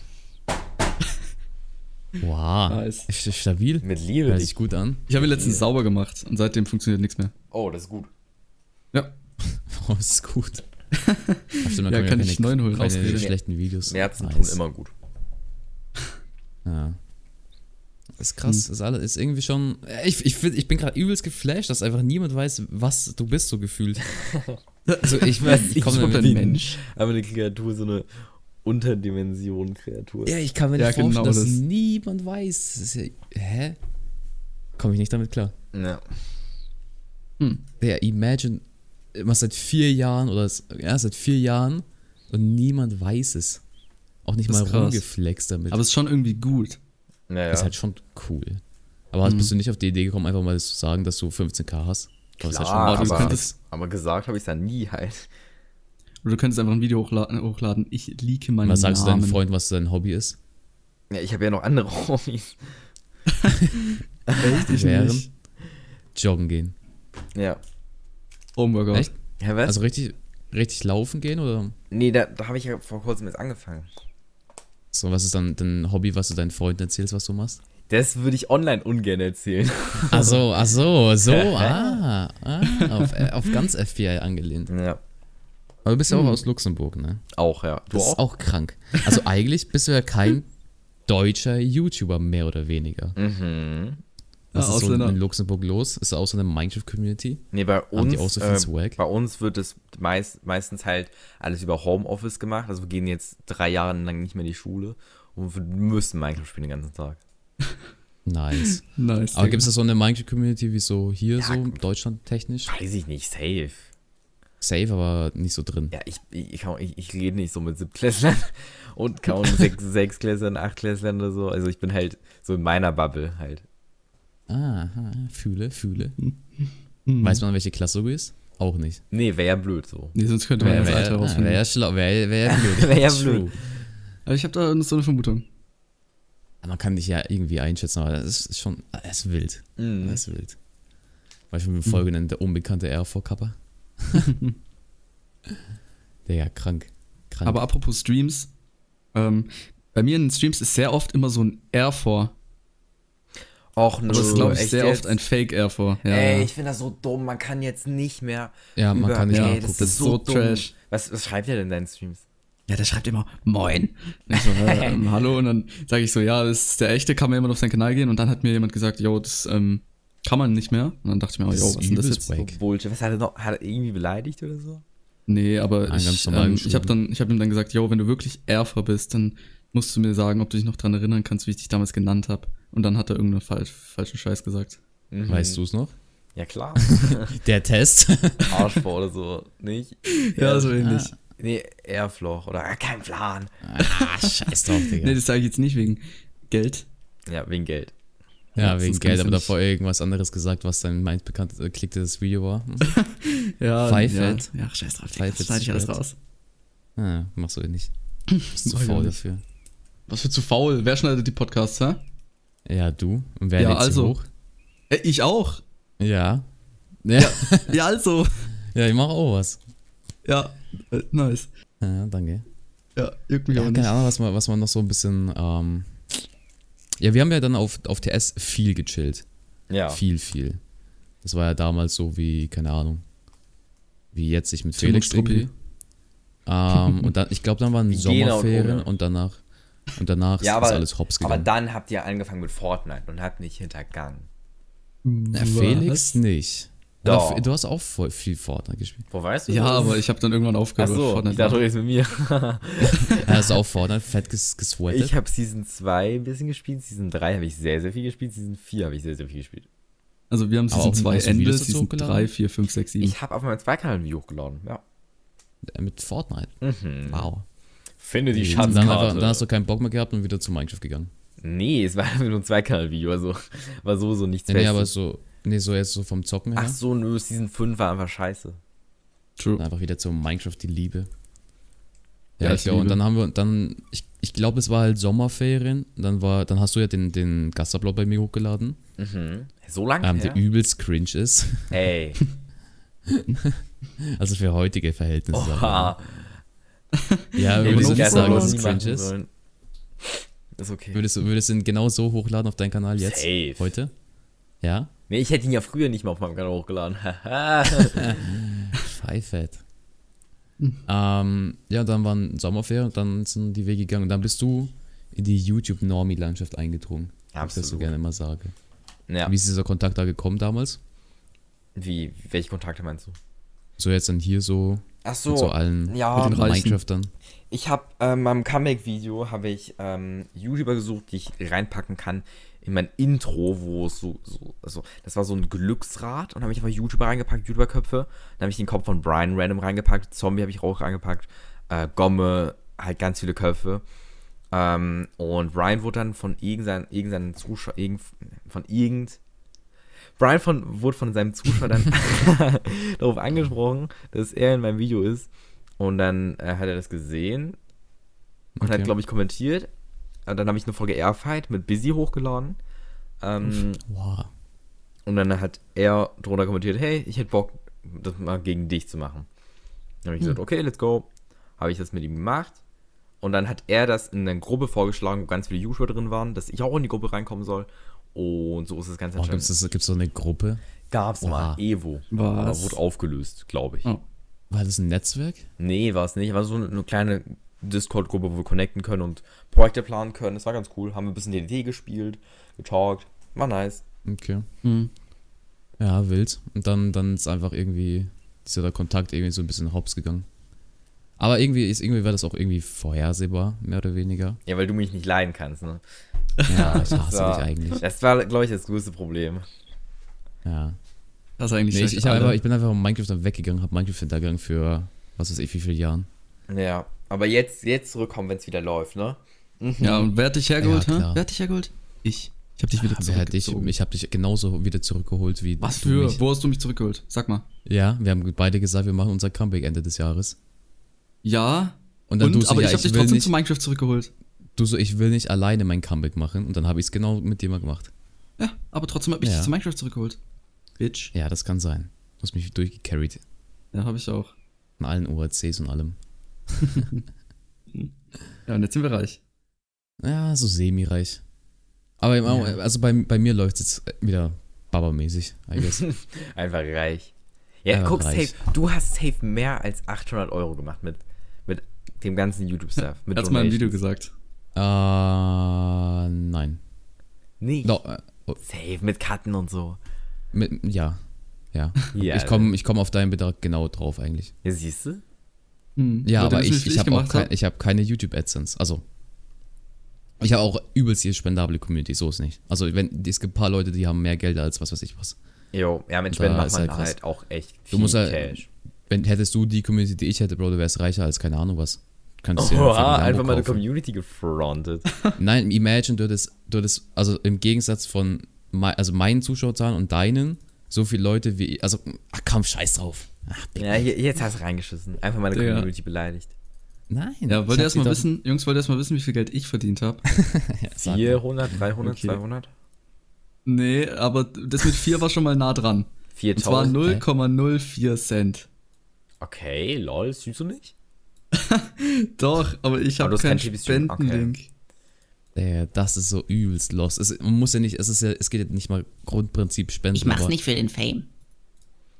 [SPEAKER 3] Wow.
[SPEAKER 1] Nice.
[SPEAKER 3] Ist Stabil.
[SPEAKER 2] Mit Liebe.
[SPEAKER 3] Hört sich gut an. [laughs]
[SPEAKER 1] Ich habe ihn letztens sauber gemacht und seitdem funktioniert nichts mehr.
[SPEAKER 2] Oh, das ist gut.
[SPEAKER 1] Ja,
[SPEAKER 3] Oh, ist
[SPEAKER 1] [laughs]
[SPEAKER 3] gut. Ach, stimmt, dann
[SPEAKER 1] Ja,
[SPEAKER 3] kommen
[SPEAKER 1] kann
[SPEAKER 3] keine,
[SPEAKER 1] ich neuen holen,
[SPEAKER 3] Keine
[SPEAKER 1] ausrede.
[SPEAKER 3] schlechten Videos.
[SPEAKER 2] Schmerzen
[SPEAKER 3] Nice.
[SPEAKER 2] tun immer gut.
[SPEAKER 3] Ja. Ist krass,
[SPEAKER 1] Mhm.
[SPEAKER 3] ist alles, ist irgendwie schon. Ich, ich, find- ich bin gerade übelst geflasht, dass einfach niemand weiß, was du bist,
[SPEAKER 1] [laughs]
[SPEAKER 3] so gefühlt. Also ich, ich,
[SPEAKER 1] ich
[SPEAKER 3] komme
[SPEAKER 1] bin
[SPEAKER 3] damit
[SPEAKER 1] ein
[SPEAKER 3] mit-
[SPEAKER 1] Mensch.
[SPEAKER 2] Aber eine Kreatur, so eine Unterdimension-Kreatur.
[SPEAKER 3] Ja, ich kann mir nicht
[SPEAKER 1] Ja,
[SPEAKER 3] vorstellen,
[SPEAKER 1] genau
[SPEAKER 3] dass
[SPEAKER 1] das.
[SPEAKER 3] niemand weiß. Das ist ja, hä? Komme ich nicht damit klar.
[SPEAKER 2] Ja.
[SPEAKER 3] Ja, imagine, immer seit vier Jahren oder s- ja, seit vier Jahren und niemand weiß es. Auch nicht
[SPEAKER 1] Das
[SPEAKER 3] mal
[SPEAKER 1] ist krass.
[SPEAKER 3] rumgeflext damit.
[SPEAKER 1] Aber es ist schon irgendwie gut.
[SPEAKER 2] Naja.
[SPEAKER 3] Ist halt schon cool. Aber
[SPEAKER 1] Mhm.
[SPEAKER 3] hast- bist du nicht auf die Idee gekommen, einfach mal das zu sagen, dass du 15k hast? Klar, ist halt
[SPEAKER 2] Klar,
[SPEAKER 1] aber-
[SPEAKER 3] schon
[SPEAKER 1] du könntest-
[SPEAKER 2] aber gesagt habe ich es dann nie halt.
[SPEAKER 1] Oder du könntest einfach ein Video hochladen. hochladen. Ich leake meinen
[SPEAKER 3] Was sagst du
[SPEAKER 1] Namen.
[SPEAKER 3] deinem Freund, was dein Hobby
[SPEAKER 1] [laughs]
[SPEAKER 3] ist?
[SPEAKER 2] Ja, ich habe ja noch andere [laughs] Hobbys.
[SPEAKER 1] Echt? Ich
[SPEAKER 3] Wären?
[SPEAKER 1] nicht.
[SPEAKER 3] Joggen gehen.
[SPEAKER 2] Ja.
[SPEAKER 1] Oh mein Gott.
[SPEAKER 3] Echt?
[SPEAKER 2] Ja, was?
[SPEAKER 3] Also richtig, richtig laufen gehen oder
[SPEAKER 2] nee, da, da habe ich ja vor kurzem jetzt angefangen.
[SPEAKER 3] so? Was ist dann dein Hobby, was du deinen Freunden erzählst, was
[SPEAKER 1] [laughs]
[SPEAKER 3] du machst?
[SPEAKER 2] Das würde ich online ungern erzählen.
[SPEAKER 3] Ach so, ach
[SPEAKER 1] [laughs]
[SPEAKER 3] so, so, ah, ah auf, äh, auf ganz FBI angelehnt.
[SPEAKER 2] Ja,
[SPEAKER 3] Aber du bist ja auch aus Luxemburg, ne?
[SPEAKER 2] auch, ja. Hm. Du
[SPEAKER 3] Das ist
[SPEAKER 2] auch?
[SPEAKER 3] auch krank. Also eigentlich bist du
[SPEAKER 2] [laughs]
[SPEAKER 3] ja kein deutscher YouTuber, mehr oder weniger.
[SPEAKER 2] Hm.
[SPEAKER 3] Was
[SPEAKER 2] Mhm.
[SPEAKER 1] Ja,
[SPEAKER 3] ist so
[SPEAKER 1] Ausländer.
[SPEAKER 3] in Luxemburg los? Ist da auch so eine Minecraft-Community?
[SPEAKER 2] Nee, bei
[SPEAKER 3] Haben
[SPEAKER 2] uns,
[SPEAKER 3] die auch so viel
[SPEAKER 2] äh,
[SPEAKER 3] Swag?
[SPEAKER 2] bei uns wird das meist, meistens halt alles über Homeoffice gemacht. Also wir gehen jetzt drei Jahre lang nicht mehr in die Schule und wir müssen Minecraft spielen den ganzen Tag. [laughs]
[SPEAKER 3] Nice.
[SPEAKER 1] Nice.
[SPEAKER 3] Aber
[SPEAKER 1] Digga.
[SPEAKER 3] gibt es da so eine Minecraft-Community wie so hier,
[SPEAKER 2] Ja,
[SPEAKER 3] so
[SPEAKER 2] gut.
[SPEAKER 3] Deutschland technisch?
[SPEAKER 2] Weiß ich nicht, safe.
[SPEAKER 3] Safe, aber nicht so drin.
[SPEAKER 2] Ja, ich, ich, ich, kann- ich, ich rede nicht so mit Siebtklässlern [laughs] und
[SPEAKER 1] [laughs]
[SPEAKER 2] kaum sechs, Sechsklässlern, Achtklässlern oder so. Also ich bin halt so in meiner Bubble halt.
[SPEAKER 3] Ah, ah, fühle, fühle.
[SPEAKER 1] Mhm.
[SPEAKER 3] Weiß man, welche Klasse du bist? Auch nicht.
[SPEAKER 2] Nee, wäre ja blöd so.
[SPEAKER 1] Nee, sonst könnte man
[SPEAKER 3] Wäre
[SPEAKER 1] das Alter
[SPEAKER 3] wär, wär,
[SPEAKER 1] rausfinden.
[SPEAKER 3] ja schlau,
[SPEAKER 1] [laughs]
[SPEAKER 3] wäre wär ja blöd.
[SPEAKER 2] Wär ja
[SPEAKER 3] True.
[SPEAKER 2] blöd.
[SPEAKER 1] Aber ich habe da so eine Vermutung.
[SPEAKER 3] Aber Ah, Man kann dich ja irgendwie einschätzen, aber das ist schon, das ist wild.
[SPEAKER 2] Mhm.
[SPEAKER 3] Das ist wild. Weil ich mir eine
[SPEAKER 1] Mhm.
[SPEAKER 3] Folge nennt, der unbekannte R vor
[SPEAKER 1] [laughs]
[SPEAKER 3] Kappa. Digga, krank. krank.
[SPEAKER 1] Aber apropos Streams, ähm, bei mir in den Streams ist sehr oft immer so ein R vor.
[SPEAKER 2] Och,
[SPEAKER 3] Oh,
[SPEAKER 2] nö,
[SPEAKER 1] Aber es ist, glaube ich,
[SPEAKER 2] echt
[SPEAKER 1] sehr
[SPEAKER 2] jetzt?
[SPEAKER 1] oft ein Fake R vor. Ja,
[SPEAKER 2] Ey,
[SPEAKER 1] ja.
[SPEAKER 2] ich finde das so dumm. Man kann jetzt nicht mehr.
[SPEAKER 3] ja, man
[SPEAKER 2] über-
[SPEAKER 3] kann nicht
[SPEAKER 1] ja,
[SPEAKER 3] nachgucken.
[SPEAKER 2] das ist
[SPEAKER 1] Das ist
[SPEAKER 2] so,
[SPEAKER 1] so
[SPEAKER 2] dumm.
[SPEAKER 1] trash.
[SPEAKER 2] Was, was schreibt ihr denn in deinen Streams?
[SPEAKER 1] ja, der schreibt immer Moin. Und ich so, ja,
[SPEAKER 3] [laughs]
[SPEAKER 1] ähm, hallo. Und dann sage ich so, ja, das ist der echte, kann man jemand auf seinen Kanal gehen. Und dann hat mir jemand gesagt, yo, das ähm, kann man nicht mehr. Und dann dachte ich mir, oh,
[SPEAKER 3] Das
[SPEAKER 1] yo,
[SPEAKER 3] ist
[SPEAKER 1] was ist denn das
[SPEAKER 3] übelst
[SPEAKER 1] jetzt?
[SPEAKER 3] wack.
[SPEAKER 2] So
[SPEAKER 3] Weg.
[SPEAKER 2] Bullshit. Was hat er noch? Hat er irgendwie beleidigt oder so?
[SPEAKER 1] Nee, aber
[SPEAKER 3] Ah, ganz
[SPEAKER 1] ich,
[SPEAKER 3] normal
[SPEAKER 1] ähm,
[SPEAKER 3] geschrieben.
[SPEAKER 1] ich habe dann, ich habe ihm dann gesagt, yo, wenn du wirklich Erfer bist, dann musst du mir sagen, ob du dich noch dran erinnern kannst, wie ich dich damals genannt habe. Und dann hat er irgendeinen falsch, falschen Scheiß gesagt.
[SPEAKER 2] Mhm.
[SPEAKER 3] Weißt du es noch?
[SPEAKER 1] [laughs]
[SPEAKER 2] Ja, klar.
[SPEAKER 3] Der Test.
[SPEAKER 2] Arschbau oder so. Nicht?
[SPEAKER 1] ähnlich.
[SPEAKER 2] Nee, Airfloch oder ah, kein Plan.
[SPEAKER 3] [laughs] ah, scheiß drauf, Digga.
[SPEAKER 1] Nee, das sage ich jetzt nicht wegen Geld.
[SPEAKER 2] Ja, wegen Geld.
[SPEAKER 3] ja,
[SPEAKER 1] sonst
[SPEAKER 3] wegen
[SPEAKER 1] kannst
[SPEAKER 3] Geld,
[SPEAKER 1] du
[SPEAKER 3] aber
[SPEAKER 1] nicht-
[SPEAKER 3] davor irgendwas anderes gesagt, was dann meint bekannt äh, klicktes
[SPEAKER 1] [laughs]
[SPEAKER 3] Video war.
[SPEAKER 1] Ja,
[SPEAKER 3] Five
[SPEAKER 1] ja.
[SPEAKER 3] Fat.
[SPEAKER 1] ja, scheiß drauf, Digga, das
[SPEAKER 3] Five Fat
[SPEAKER 1] schneide ich alles
[SPEAKER 3] Spread.
[SPEAKER 1] raus.
[SPEAKER 3] Ah, machst du eh nicht. Bist zu
[SPEAKER 1] Mach ich auch
[SPEAKER 3] faul
[SPEAKER 1] nicht.
[SPEAKER 3] dafür.
[SPEAKER 1] Was für zu faul. Wer schneidet die Podcasts, hä?
[SPEAKER 3] Ja, du. Und wer
[SPEAKER 1] Ja,
[SPEAKER 3] lädt sie
[SPEAKER 1] also.
[SPEAKER 3] hoch?
[SPEAKER 1] Äh, ich auch.
[SPEAKER 3] Ja. Ja.
[SPEAKER 1] Ja, also.
[SPEAKER 3] [laughs] ja, ich mache auch was.
[SPEAKER 1] Ja, äh, nice.
[SPEAKER 3] Ja, danke.
[SPEAKER 1] Ja, juckt mich
[SPEAKER 3] Ja, genau.
[SPEAKER 1] auch
[SPEAKER 3] keine
[SPEAKER 1] nicht.
[SPEAKER 3] Ahnung, was man, was man noch so ein bisschen. Ähm, ja, wir haben ja dann auf, auf TS viel gechillt.
[SPEAKER 2] Ja.
[SPEAKER 3] Viel, viel. Das war ja damals so wie, keine Ahnung, wie jetzt ich mit
[SPEAKER 1] Tim und
[SPEAKER 3] Felix
[SPEAKER 1] Struppi.
[SPEAKER 3] irgendwie. Ähm, und dann, ich glaube,
[SPEAKER 2] [laughs]
[SPEAKER 3] dann waren
[SPEAKER 2] Wie Jena und
[SPEAKER 3] Sommerferien
[SPEAKER 2] ohne.
[SPEAKER 3] und, danach und danach
[SPEAKER 2] Ja,
[SPEAKER 3] ist
[SPEAKER 2] aber-
[SPEAKER 3] alles hops
[SPEAKER 2] Aber
[SPEAKER 3] gegangen.
[SPEAKER 2] dann habt ihr angefangen mit Fortnite und habt nicht hintergangen.
[SPEAKER 3] Na, Felix nicht. Oder
[SPEAKER 2] Doch.
[SPEAKER 3] Fe- Du hast auch voll viel Fortnite gespielt.
[SPEAKER 2] Wo weißt du
[SPEAKER 1] Ja,
[SPEAKER 2] das?
[SPEAKER 1] aber ich habe dann irgendwann aufgehört.
[SPEAKER 2] Achso,
[SPEAKER 1] Fortnite.
[SPEAKER 2] ich dachte, du redest mit mir. [laughs]
[SPEAKER 3] Er hast auch Fortnite fett ges gesweatet.
[SPEAKER 2] Ich habe Season 2 ein bisschen gespielt, Season 3 habe ich sehr, sehr viel gespielt, Season 4 habe ich sehr, sehr viel gespielt.
[SPEAKER 1] Also wir haben
[SPEAKER 3] Aber
[SPEAKER 1] Season
[SPEAKER 3] auch-
[SPEAKER 1] 2
[SPEAKER 3] hast du
[SPEAKER 1] Ende,
[SPEAKER 3] Videos dazu
[SPEAKER 1] Season
[SPEAKER 3] hochgeladen?
[SPEAKER 1] 3, 4, 5, 6, 7.
[SPEAKER 2] Ich habe auf meinem Zweitkanal ein Video hochgeladen, ja.
[SPEAKER 3] Äh, mit Fortnite. Wow.
[SPEAKER 2] Finde Mhm. die
[SPEAKER 3] Und dann, einfach,
[SPEAKER 2] Schatzkarte.
[SPEAKER 3] dann hast du keinen Bock mehr gehabt und wieder zu Minecraft gegangen.
[SPEAKER 2] nee, es war [laughs] einfach nur ein Zweitkanal-Video, also war sowieso nichts
[SPEAKER 3] Nee, nee,
[SPEAKER 2] Festes.
[SPEAKER 3] aber so, nee, so jetzt so vom Zocken her.
[SPEAKER 2] Ach so, nö, Season 5 war einfach scheiße.
[SPEAKER 1] True.
[SPEAKER 3] Und einfach wieder zu Minecraft die Liebe. Ja,
[SPEAKER 1] Ja,
[SPEAKER 3] ich
[SPEAKER 1] die
[SPEAKER 3] glaube, und
[SPEAKER 1] Liebe.
[SPEAKER 3] dann haben wir, dann, ich, ich glaube, es war halt Sommerferien. Dann war, dann hast du ja den, den Gastupload bei mir hochgeladen,
[SPEAKER 2] Mhm. So lange
[SPEAKER 3] ähm,
[SPEAKER 2] her?
[SPEAKER 3] der übelst cringe ist. [laughs]
[SPEAKER 2] Ey,
[SPEAKER 3] Also für heutige Verhältnisse.
[SPEAKER 2] oha.
[SPEAKER 3] Ja,
[SPEAKER 2] Ey,
[SPEAKER 3] würdest du
[SPEAKER 2] diesen
[SPEAKER 3] nicht
[SPEAKER 1] Gast hätte
[SPEAKER 3] sagen,
[SPEAKER 2] Geisterabend
[SPEAKER 1] man
[SPEAKER 3] dass es
[SPEAKER 2] nie machen
[SPEAKER 3] cringe ist?
[SPEAKER 2] sollen. Ist okay.
[SPEAKER 3] Würdest du, würdest du ihn genau so hochladen auf deinen Kanal jetzt?
[SPEAKER 2] Safe.
[SPEAKER 3] Heute? Ja?
[SPEAKER 2] Nee, ich hätte ihn ja früher nicht mal auf meinem Kanal hochgeladen. [laughs] Haha.
[SPEAKER 3] Pfeifett. Ähm, ja, dann waren Sommerferien und dann sind die Wege gegangen. Und dann bist du in die YouTube-Normie-Landschaft eingedrungen. wie Ich das so
[SPEAKER 2] Absolut.
[SPEAKER 3] gerne immer sage.
[SPEAKER 2] ja.
[SPEAKER 3] Wie ist dieser Kontakt da gekommen damals?
[SPEAKER 2] Wie, welche Kontakte meinst du?
[SPEAKER 3] So jetzt dann hier so
[SPEAKER 2] Ach
[SPEAKER 3] mit so allen
[SPEAKER 2] ja,
[SPEAKER 1] mit den Reichen.
[SPEAKER 3] Minecraftern.
[SPEAKER 2] ich habe ähm, meinem Comeback-Video habe ich ähm, YouTuber gesucht, die ich reinpacken kann in mein Intro, wo es so, so also das war so ein Glücksrad und habe ich einfach YouTuber reingepackt, YouTuber-Köpfe. Dann habe ich den Kopf von Brian random reingepackt, Zombie habe ich auch reingepackt, äh, Gomme, halt ganz viele Köpfe. Ähm, und Brian wurde dann von irgendeinem irgendeinem Zuschauer, irgend, von irgend. Brian von, wurde von seinem Zuschauer dann [laughs] darauf angesprochen, dass er in meinem Video ist. Und dann äh, hat er das gesehen und
[SPEAKER 3] Okay.
[SPEAKER 2] hat, glaube ich, kommentiert. Äh, dann habe ich eine Folge Airfight mit Busy hochgeladen. Ähm,
[SPEAKER 3] Wow.
[SPEAKER 2] und dann hat er drunter kommentiert, hey, ich hätte Bock, das mal gegen dich zu machen. Dann habe ich
[SPEAKER 3] Hm.
[SPEAKER 2] gesagt, okay, let's go. Habe ich das mit ihm gemacht. Und dann hat er das in einer Gruppe vorgeschlagen, wo ganz viele YouTuber drin waren, dass ich auch in die Gruppe reinkommen soll. Und so ist das Ganze
[SPEAKER 3] Oh, Gibt es so eine Gruppe?
[SPEAKER 2] Gab's mal.
[SPEAKER 3] Oha.
[SPEAKER 2] Evo.
[SPEAKER 1] Was?
[SPEAKER 2] Aber wurde aufgelöst, glaube ich.
[SPEAKER 1] Oh.
[SPEAKER 3] War das ein Netzwerk?
[SPEAKER 2] Nee, war es nicht. War so eine, eine kleine Discord-Gruppe, wo wir connecten können und Projekte planen können. Das war ganz cool. Haben wir ein bisschen DDT gespielt, getalkt. War nice.
[SPEAKER 3] Okay.
[SPEAKER 1] Mhm.
[SPEAKER 3] Ja, wild. Und dann, dann ist einfach irgendwie dieser Kontakt irgendwie so ein bisschen hops gegangen. Aber irgendwie ist irgendwie war das auch irgendwie vorhersehbar, mehr oder weniger.
[SPEAKER 2] [laughs] Ja, weil du mich nicht leiden kannst, ne?
[SPEAKER 3] Ja, ich hasse
[SPEAKER 2] So.
[SPEAKER 3] dich eigentlich.
[SPEAKER 2] Das war, glaube ich, das größte Problem.
[SPEAKER 3] Ja.
[SPEAKER 1] Das ist eigentlich
[SPEAKER 3] Nee, ich,
[SPEAKER 1] schlecht,
[SPEAKER 3] ich, hab
[SPEAKER 1] Alter.
[SPEAKER 3] einfach, ich bin einfach von Minecraft dann weggegangen, habe Minecraft hintergegangen für was weiß ich wie viele Jahren.
[SPEAKER 2] Ja, aber jetzt, jetzt zurückkommen, wenn es wieder läuft, ne?
[SPEAKER 1] Ja, und wer hat dich hergeholt?
[SPEAKER 3] Ja,
[SPEAKER 1] hä?
[SPEAKER 3] klar. Ah,
[SPEAKER 1] Wer hat dich hergeholt? Ich. Ich hab dich wieder
[SPEAKER 3] Wer hat dich,
[SPEAKER 1] zurückgezogen.
[SPEAKER 3] ich habe dich genauso wieder zurückgeholt wie
[SPEAKER 1] Was
[SPEAKER 3] du
[SPEAKER 1] für?
[SPEAKER 3] mich.
[SPEAKER 1] Wo hast du mich zurückgeholt? Sag mal.
[SPEAKER 3] Ja, wir haben beide gesagt, wir machen unser Comeback Ende des Jahres.
[SPEAKER 1] Ja.
[SPEAKER 3] Und dann du so,
[SPEAKER 1] aber
[SPEAKER 3] ja,
[SPEAKER 1] ich hab
[SPEAKER 3] ich
[SPEAKER 1] dich
[SPEAKER 3] will
[SPEAKER 1] trotzdem
[SPEAKER 3] nicht-
[SPEAKER 1] zu Minecraft zurückgeholt.
[SPEAKER 3] Du so, ich will nicht alleine mein Comeback machen und dann habe ich es genau mit dir mal gemacht.
[SPEAKER 1] Ja, aber trotzdem hab ich
[SPEAKER 3] Ja.
[SPEAKER 1] dich zu Minecraft zurückgeholt. Bitch.
[SPEAKER 3] Ja, das kann sein. Du hast mich durchgecarried.
[SPEAKER 1] Ja, habe ich auch.
[SPEAKER 3] An allen ORCs und allem.
[SPEAKER 1] Ja, und jetzt sind wir reich.
[SPEAKER 3] Ja, so semi-reich. Aber im Au- also bei, bei mir läuft es jetzt wieder babamäßig, I
[SPEAKER 1] [laughs]
[SPEAKER 3] guess. Äh,
[SPEAKER 2] Einfach reich. Ja,
[SPEAKER 3] Einfach
[SPEAKER 2] guck,
[SPEAKER 3] reich.
[SPEAKER 2] safe, du hast safe mehr als 800 Euro gemacht mit, mit dem ganzen YouTube-Stuff. mit
[SPEAKER 1] Er hat's mal im
[SPEAKER 2] Donations.
[SPEAKER 1] Video gesagt.
[SPEAKER 3] äh, nein.
[SPEAKER 2] Nicht.
[SPEAKER 3] No, äh, oh,
[SPEAKER 2] Safe, mit Karten und so.
[SPEAKER 3] mit, ja.
[SPEAKER 1] [laughs]
[SPEAKER 3] Ja.
[SPEAKER 2] Ja,
[SPEAKER 3] ich
[SPEAKER 1] äh.
[SPEAKER 3] komme ich komm auf deinen Betrag genau drauf eigentlich.
[SPEAKER 2] Ja, siehst du?
[SPEAKER 1] Hm.
[SPEAKER 3] Ja,
[SPEAKER 1] Wollt ihr
[SPEAKER 3] aber
[SPEAKER 1] wissen, wie
[SPEAKER 3] ich,
[SPEAKER 1] viel
[SPEAKER 3] ich habe auch
[SPEAKER 1] gemacht
[SPEAKER 3] kein,
[SPEAKER 1] hab?
[SPEAKER 3] ich hab keine YouTube-AdSense. Also, ich habe auch übelst die spendable Community, so ist nicht. Also, wenn, es gibt ein paar Leute, die haben mehr Geld als was weiß ich was.
[SPEAKER 2] Jo, ja, mit Spenden
[SPEAKER 3] Da
[SPEAKER 2] macht
[SPEAKER 3] ist
[SPEAKER 2] man
[SPEAKER 3] halt krass.
[SPEAKER 2] halt auch echt viel
[SPEAKER 3] Du musst halt,
[SPEAKER 2] Cash.
[SPEAKER 3] wenn hättest du die Community, die ich hätte, Bro, du wärst reicher als keine Ahnung was. Du Könntest dir
[SPEAKER 2] Oha,
[SPEAKER 3] fucking Lambo
[SPEAKER 2] einfach mal eine
[SPEAKER 3] kaufen.
[SPEAKER 2] Community gefrontet.
[SPEAKER 3] Nein, imagine, du hättest, du hättest, also im Gegensatz von mei- also meinen Zuschauerzahlen und deinen, so viele Leute wie, also, ach komm, scheiß drauf. Ach,
[SPEAKER 2] [laughs]
[SPEAKER 3] Digga.
[SPEAKER 2] ja, je- jetzt hast du reingeschissen. Einfach meine
[SPEAKER 1] Digga.
[SPEAKER 2] Community beleidigt.
[SPEAKER 3] Nein.
[SPEAKER 1] Ja, wollt ihr
[SPEAKER 3] ich hab
[SPEAKER 1] erstmal
[SPEAKER 3] die
[SPEAKER 1] wissen, Jungs, wollt ihr erstmal wissen, wie viel Geld ich verdient habe?
[SPEAKER 3] doch- Sag mal.
[SPEAKER 2] 400, 300,
[SPEAKER 1] Okay.
[SPEAKER 2] 200?
[SPEAKER 1] nee, aber das mit 4 war schon mal nah dran. Und zwar
[SPEAKER 2] 4000?
[SPEAKER 1] 0,04 Cent.
[SPEAKER 2] Okay, lol, süß du nicht? [laughs]
[SPEAKER 1] Doch, aber ich
[SPEAKER 2] Aber
[SPEAKER 1] habe
[SPEAKER 2] du hast kein
[SPEAKER 1] keinen
[SPEAKER 2] Tippstuhl, okay.
[SPEAKER 1] Spendenlink.
[SPEAKER 3] Äh, das ist so übelst lost. Es, man muss ja nicht, es ist ja, es geht ja nicht mal Grundprinzip spenden.
[SPEAKER 4] Ich mach's
[SPEAKER 3] aber
[SPEAKER 4] nicht für den Fame.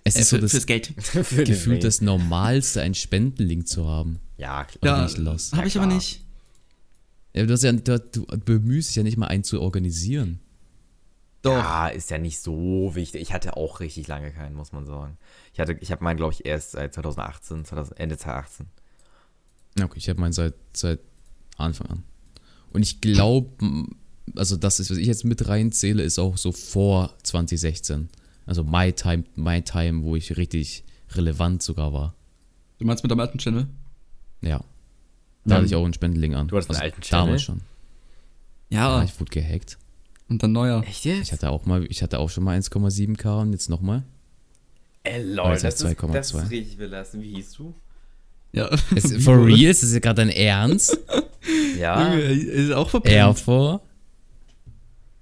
[SPEAKER 3] Es
[SPEAKER 4] Äh,
[SPEAKER 3] ist so
[SPEAKER 4] für,
[SPEAKER 3] das
[SPEAKER 4] fürs Geld.
[SPEAKER 2] Für den
[SPEAKER 3] Gefühl,
[SPEAKER 2] Ring.
[SPEAKER 3] das Normalste, einen Spendenlink zu haben.
[SPEAKER 2] Ja, klar.
[SPEAKER 1] Ja,
[SPEAKER 3] nicht los.
[SPEAKER 1] habe ich
[SPEAKER 2] Ja,
[SPEAKER 1] aber
[SPEAKER 2] klar.
[SPEAKER 1] nicht.
[SPEAKER 3] Ja, du, hast ja, du, du bemühst dich ja nicht mal, einen zu organisieren.
[SPEAKER 1] Doch.
[SPEAKER 2] Ja, ist ja nicht so wichtig. Ich hatte auch richtig lange keinen, muss man sagen. Ich hatte, ich habe meinen, glaube ich, erst seit 2018, 2000, Ende 2018.
[SPEAKER 3] Ja, Okay, ich habe meinen seit, seit Anfang an. Und ich glaube, also das ist, was ich jetzt mit reinzähle, ist auch so vor 2016. Also My Time, My Time, wo ich richtig relevant sogar war.
[SPEAKER 1] Du meinst mit deinem alten Channel?
[SPEAKER 3] Ja. Da hatte ich auch einen Spendenlink an. Also
[SPEAKER 2] Du hattest einen alten Channel?
[SPEAKER 3] Damals schon.
[SPEAKER 1] Ja.
[SPEAKER 3] Ah, ich wurde gehackt.
[SPEAKER 1] Und dann neuer.
[SPEAKER 2] Echt jetzt?
[SPEAKER 3] Ich hatte auch mal, ich hatte auch schon mal 1,7k und
[SPEAKER 2] [laughs]
[SPEAKER 3] jetzt nochmal.
[SPEAKER 2] Ey,
[SPEAKER 3] Aber
[SPEAKER 2] lol,
[SPEAKER 3] jetzt hast du 2,2.
[SPEAKER 2] richtig belastend. Wie hieß du?
[SPEAKER 1] Ja. [laughs] Wie
[SPEAKER 3] For
[SPEAKER 1] wurde-
[SPEAKER 3] real? Ist das ja gerade
[SPEAKER 2] [laughs]
[SPEAKER 3] dein Ernst?
[SPEAKER 2] Ja.
[SPEAKER 1] Junge, ist auch verpennt.
[SPEAKER 3] Erfor?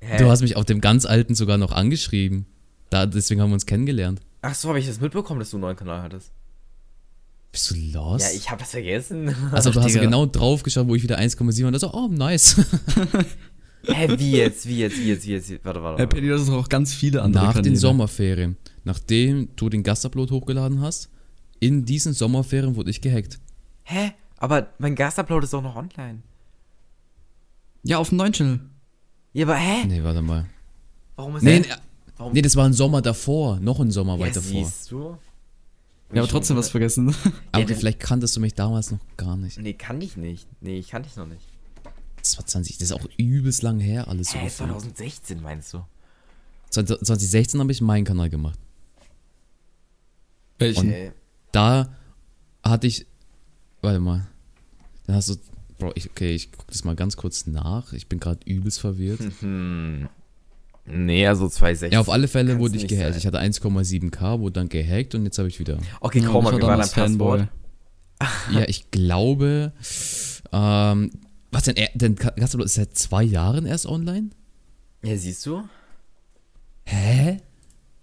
[SPEAKER 2] Hä?
[SPEAKER 3] Du hast mich auf dem ganz alten sogar noch angeschrieben. Da, deswegen haben wir uns kennengelernt.
[SPEAKER 2] Ach so, habe ich das mitbekommen, dass du einen neuen Kanal hattest?
[SPEAKER 3] Bist du lost?
[SPEAKER 2] Ja, ich habe das vergessen.
[SPEAKER 3] also
[SPEAKER 2] [laughs]
[SPEAKER 3] du hast
[SPEAKER 1] Digga.
[SPEAKER 3] genau drauf geschaut, wo ich wieder 1,7 und das so, oh nice.
[SPEAKER 2] Hä, wie jetzt, wie jetzt, wie jetzt, wie jetzt? wie jetzt? Warte, warte.
[SPEAKER 1] Herr
[SPEAKER 2] warte.
[SPEAKER 1] Penny, das ist auch ganz viele andere
[SPEAKER 3] Nach den
[SPEAKER 1] Kanäle.
[SPEAKER 3] Sommerferien, nachdem du den Gastupload hochgeladen hast, in diesen Sommerferien wurde ich gehackt.
[SPEAKER 2] Hä? Aber mein Gastupload ist doch noch online.
[SPEAKER 1] Ja, auf dem neuen Channel.
[SPEAKER 2] Ja, aber hä?
[SPEAKER 3] Nee, warte mal.
[SPEAKER 2] Warum ist hä?
[SPEAKER 3] Nee, nee, nee, das war ein Sommer davor, noch ein Sommer
[SPEAKER 2] ja,
[SPEAKER 3] weiter vor.
[SPEAKER 2] siehst du?
[SPEAKER 1] Ja, aber trotzdem was vergessen.
[SPEAKER 3] Aber
[SPEAKER 2] Ja, du-
[SPEAKER 3] vielleicht kanntest du mich damals noch gar nicht.
[SPEAKER 2] Nee, kann ich nicht. Nee, ich kann dich noch nicht.
[SPEAKER 3] Das war 20, das ist auch übelst lang her alles. So
[SPEAKER 2] Hä,
[SPEAKER 3] gefühlt.
[SPEAKER 2] 2016 meinst du?
[SPEAKER 3] 20- 2016 habe ich meinen Kanal gemacht.
[SPEAKER 1] [laughs] Welchen?
[SPEAKER 2] Ey,
[SPEAKER 3] Da hatte ich. Warte mal. Dann hast du. Bro, ich, okay, ich gucke das mal ganz kurz nach. Ich bin gerade übelst verwirrt.
[SPEAKER 2] Hm. nee, also 2016.
[SPEAKER 3] Ja, auf alle Fälle
[SPEAKER 2] Kann's
[SPEAKER 3] wurde ich
[SPEAKER 2] nicht
[SPEAKER 3] gehackt.
[SPEAKER 2] sein.
[SPEAKER 3] Ich hatte 1,7k, wurde dann gehackt und jetzt habe
[SPEAKER 2] [laughs]
[SPEAKER 3] ich wieder.
[SPEAKER 2] Okay,
[SPEAKER 1] Ja,
[SPEAKER 2] komm mal,
[SPEAKER 1] ich
[SPEAKER 2] wir waren
[SPEAKER 1] damals
[SPEAKER 2] am Passwort.
[SPEAKER 3] Ja, ich glaube. Ähm, was denn? er- Denn Ka- Gastupload ist seit zwei Jahren erst online?
[SPEAKER 2] Ja, siehst du?
[SPEAKER 3] Hä?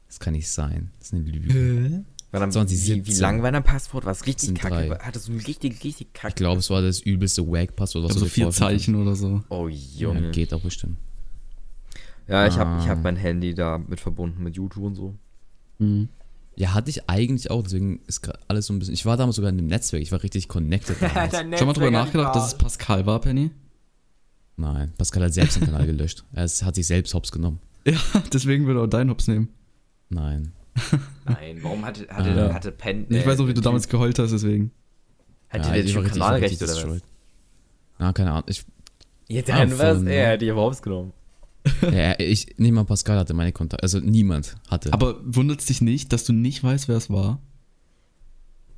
[SPEAKER 3] Das kann nicht sein. Das ist eine
[SPEAKER 2] Äh.
[SPEAKER 3] Lüge.
[SPEAKER 2] War dann,
[SPEAKER 3] 2017.
[SPEAKER 2] Wie, wie lang war dein Passwort? War es richtig
[SPEAKER 3] sind
[SPEAKER 2] kacke?
[SPEAKER 3] drei.
[SPEAKER 2] Hattest du ein richtig, richtig kacke?
[SPEAKER 3] Ich glaube, es war das übelste Wack-Passwort, was
[SPEAKER 1] Also
[SPEAKER 3] du dir
[SPEAKER 1] vier
[SPEAKER 3] vorstellen
[SPEAKER 1] Zeichen oder so.
[SPEAKER 2] Oh,
[SPEAKER 3] kannst.
[SPEAKER 2] Junge.
[SPEAKER 3] Ja, geht auch bestimmt.
[SPEAKER 2] Ja, ich habe ich hab mein Handy da mit verbunden, mit YouTube und so.
[SPEAKER 3] Ja, hatte ich eigentlich auch, deswegen ist gra- alles so ein bisschen. Ich war damals sogar in dem Netzwerk, ich war richtig connected
[SPEAKER 2] [laughs]
[SPEAKER 3] damals.
[SPEAKER 1] Schon mal drüber nachgedacht, dass es Pascal war, Penny?
[SPEAKER 3] Nein, Pascal hat selbst den Kanal gelöscht. Er ist- hat sich selbst hops genommen.
[SPEAKER 1] [laughs] Ja, deswegen würde er auch deinen Hops nehmen.
[SPEAKER 3] Nein.
[SPEAKER 2] Nein, warum hatte, hatte,
[SPEAKER 3] Ah.
[SPEAKER 2] hatte Pen.
[SPEAKER 1] Ich
[SPEAKER 2] äh,
[SPEAKER 1] weiß auch, wie du
[SPEAKER 2] Typ-
[SPEAKER 1] damals geheult hast, deswegen.
[SPEAKER 2] Hatte
[SPEAKER 3] Ja,
[SPEAKER 2] der
[SPEAKER 3] ich war
[SPEAKER 2] Typ
[SPEAKER 3] richtig- ich war
[SPEAKER 2] Kanalrecht
[SPEAKER 3] richtig
[SPEAKER 2] oder was?
[SPEAKER 3] destroyed. Na, keine Ahnung. Ich, [laughs]
[SPEAKER 2] Ja, dann
[SPEAKER 3] Ah,
[SPEAKER 2] was?
[SPEAKER 3] von-
[SPEAKER 2] Er hätte ich aber hops genommen.
[SPEAKER 3] Ja, ich, nicht mal Pascal hatte meine Kontakte. Also niemand hatte.
[SPEAKER 1] Aber wundert es dich nicht, dass du nicht weißt, wer es war?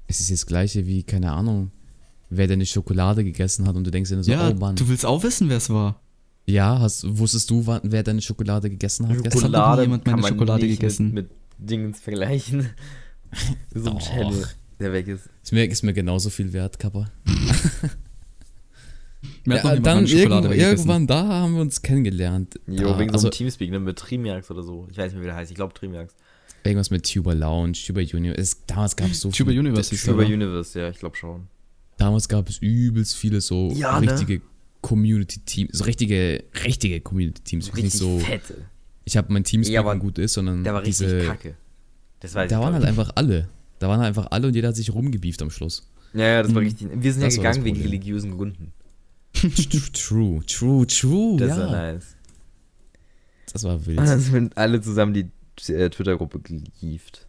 [SPEAKER 3] es ist das gleiche wie, keine Ahnung, wer denn die Schokolade gegessen hat und du denkst dir nur so,
[SPEAKER 1] ja,
[SPEAKER 3] oh Mann.
[SPEAKER 1] du willst auch wissen, wer es war.
[SPEAKER 3] ja, hast, wusstest du, wann, wer deine Schokolade gegessen hat? gestern?
[SPEAKER 1] Schokolade jemand meine Schokolade gegessen.
[SPEAKER 2] Mit, mit Dingens vergleichen. [laughs] so ein
[SPEAKER 3] Doch.
[SPEAKER 2] Channel, der weg ist.
[SPEAKER 3] Ist mir, ist mir genauso viel wert, Kappa.
[SPEAKER 1] Mir hat noch
[SPEAKER 3] Ja,
[SPEAKER 1] niemand
[SPEAKER 3] dann
[SPEAKER 1] meine Schokolade
[SPEAKER 3] irgendwann,
[SPEAKER 1] weggegessen.
[SPEAKER 3] irgendwann da haben wir uns kennengelernt.
[SPEAKER 2] Jo,
[SPEAKER 3] da,
[SPEAKER 2] wegen so
[SPEAKER 3] also
[SPEAKER 2] einem Teamspeak, ne? Mit Trimiax oder so. Ich weiß nicht mehr, wie der heißt. Ich glaube Trimiax.
[SPEAKER 3] irgendwas mit Tuber Lounge, Tuber Junior. Es, damals gab es so
[SPEAKER 1] Tuber
[SPEAKER 3] viel-
[SPEAKER 1] Universe hieß
[SPEAKER 2] Über
[SPEAKER 1] der.
[SPEAKER 2] Universe, ja, ich glaube schon.
[SPEAKER 3] Damals gab es übelst viele so
[SPEAKER 2] Ja, ne?
[SPEAKER 3] richtige Community-Teams, so richtige, richtige Community-Teams. Nicht so,
[SPEAKER 2] fette.
[SPEAKER 3] ich habe mein Team
[SPEAKER 2] Ja, aber
[SPEAKER 3] ja, gut ist, sondern
[SPEAKER 2] Der war richtig
[SPEAKER 3] diese,
[SPEAKER 2] kacke. Das weiß
[SPEAKER 3] Da
[SPEAKER 2] ich.
[SPEAKER 3] waren
[SPEAKER 2] glaub
[SPEAKER 3] halt einfach alle. Da waren halt einfach alle und jeder hat sich rumgebieft am
[SPEAKER 2] [laughs]
[SPEAKER 3] Schluss.
[SPEAKER 2] ich. Ja, ja, das war richtig. Wir sind ja
[SPEAKER 3] Hm. Das war das
[SPEAKER 2] gegangen wegen
[SPEAKER 3] Problem.
[SPEAKER 2] religiösen Gründen.
[SPEAKER 3] True, true, true.
[SPEAKER 2] Das
[SPEAKER 3] Das, Oh ja.
[SPEAKER 2] war nice.
[SPEAKER 3] das war
[SPEAKER 2] [laughs]
[SPEAKER 3] wild.
[SPEAKER 2] Und dann sind alle zusammen die äh, Twitter-Gruppe gelieft.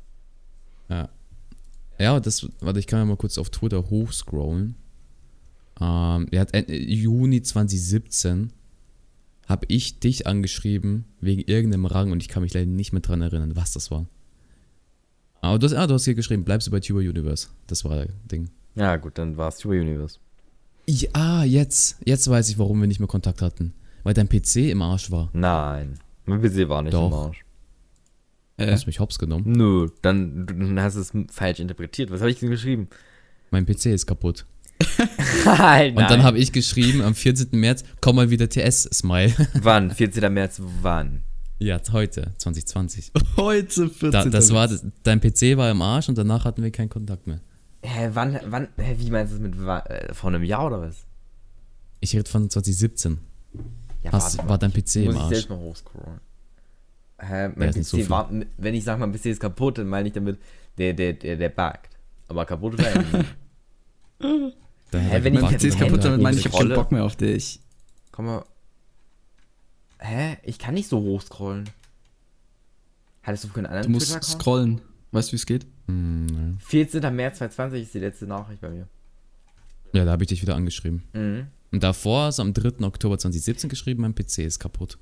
[SPEAKER 3] Ja, das, warte, ich kann ja mal kurz auf Twitter hochscrollen. Ähm, er hat Ende Juni 2017 habe ich dich angeschrieben wegen irgendeinem Rang und ich kann mich leider nicht mehr dran erinnern, was das war. Aber du hast, ah, du hast hier geschrieben, bleibst du bei Tuber Universe. Das war das Ding.
[SPEAKER 2] Ja, gut, dann war es Über Universe.
[SPEAKER 3] Ja, ah, jetzt, jetzt weiß ich, warum wir nicht mehr Kontakt hatten. Weil dein PC im Arsch war.
[SPEAKER 2] Nein. Mein PC war nicht
[SPEAKER 3] Doch.
[SPEAKER 2] im Arsch.
[SPEAKER 3] Du
[SPEAKER 1] Äh,
[SPEAKER 3] hast mich hops genommen.
[SPEAKER 2] Nö, dann, dann hast du es falsch interpretiert. Was habe ich denn
[SPEAKER 3] [laughs]
[SPEAKER 2] geschrieben? [laughs]
[SPEAKER 3] Mein PC ist kaputt.
[SPEAKER 2] Nein,
[SPEAKER 3] Und dann habe ich geschrieben am 14. März, komm mal wieder TS, Smile. [laughs]
[SPEAKER 2] Wann? 14. März, wann?
[SPEAKER 3] ja, heute, 2020.
[SPEAKER 1] [laughs] heute 14.
[SPEAKER 3] Da, das war, dein PC war im Arsch und danach hatten wir keinen Kontakt mehr.
[SPEAKER 2] Hä, wann, wann, hä, wie meinst du das mit wann? Äh, Vor einem Jahr oder was?
[SPEAKER 3] Ich rede von 2017.
[SPEAKER 2] Ja, warte
[SPEAKER 3] Hast,
[SPEAKER 2] mal.
[SPEAKER 3] war dein PC
[SPEAKER 2] Muss
[SPEAKER 3] im
[SPEAKER 2] ich
[SPEAKER 3] Arsch.
[SPEAKER 2] selbst mal hochscrollen. Hä,
[SPEAKER 3] Ja,
[SPEAKER 2] mein
[SPEAKER 3] ist nicht
[SPEAKER 2] PC
[SPEAKER 3] so viel.
[SPEAKER 2] war, wenn ich sage, mein PC ist kaputt, dann meine ich damit, der, der, der, der buggt. Aber kaputt war er
[SPEAKER 3] [laughs]
[SPEAKER 2] nicht.
[SPEAKER 3] Dann hat
[SPEAKER 2] Hä,
[SPEAKER 3] er
[SPEAKER 2] wenn ich
[SPEAKER 1] mein
[SPEAKER 3] gepackt
[SPEAKER 1] PC ist
[SPEAKER 3] und dann
[SPEAKER 1] kaputt,
[SPEAKER 3] hat er
[SPEAKER 1] damit meine ich, ich
[SPEAKER 3] hochgeschickt.
[SPEAKER 1] hab keinen
[SPEAKER 2] Rolle.
[SPEAKER 1] Bock mehr auf dich.
[SPEAKER 2] Komm mal. Hä? Ich kann nicht so hochscrollen. Hattest du keinen
[SPEAKER 1] Du
[SPEAKER 2] anderen
[SPEAKER 1] musst
[SPEAKER 2] Twitter-Account?
[SPEAKER 1] scrollen. Weißt du, wie es geht?
[SPEAKER 3] Hm, nein.
[SPEAKER 2] 14. März 2020 ist die letzte Nachricht bei mir.
[SPEAKER 3] Ja, da habe ich dich wieder angeschrieben.
[SPEAKER 2] Mhm.
[SPEAKER 3] Und davor hast du am 3. Oktober 2017 geschrieben, mein PC ist kaputt.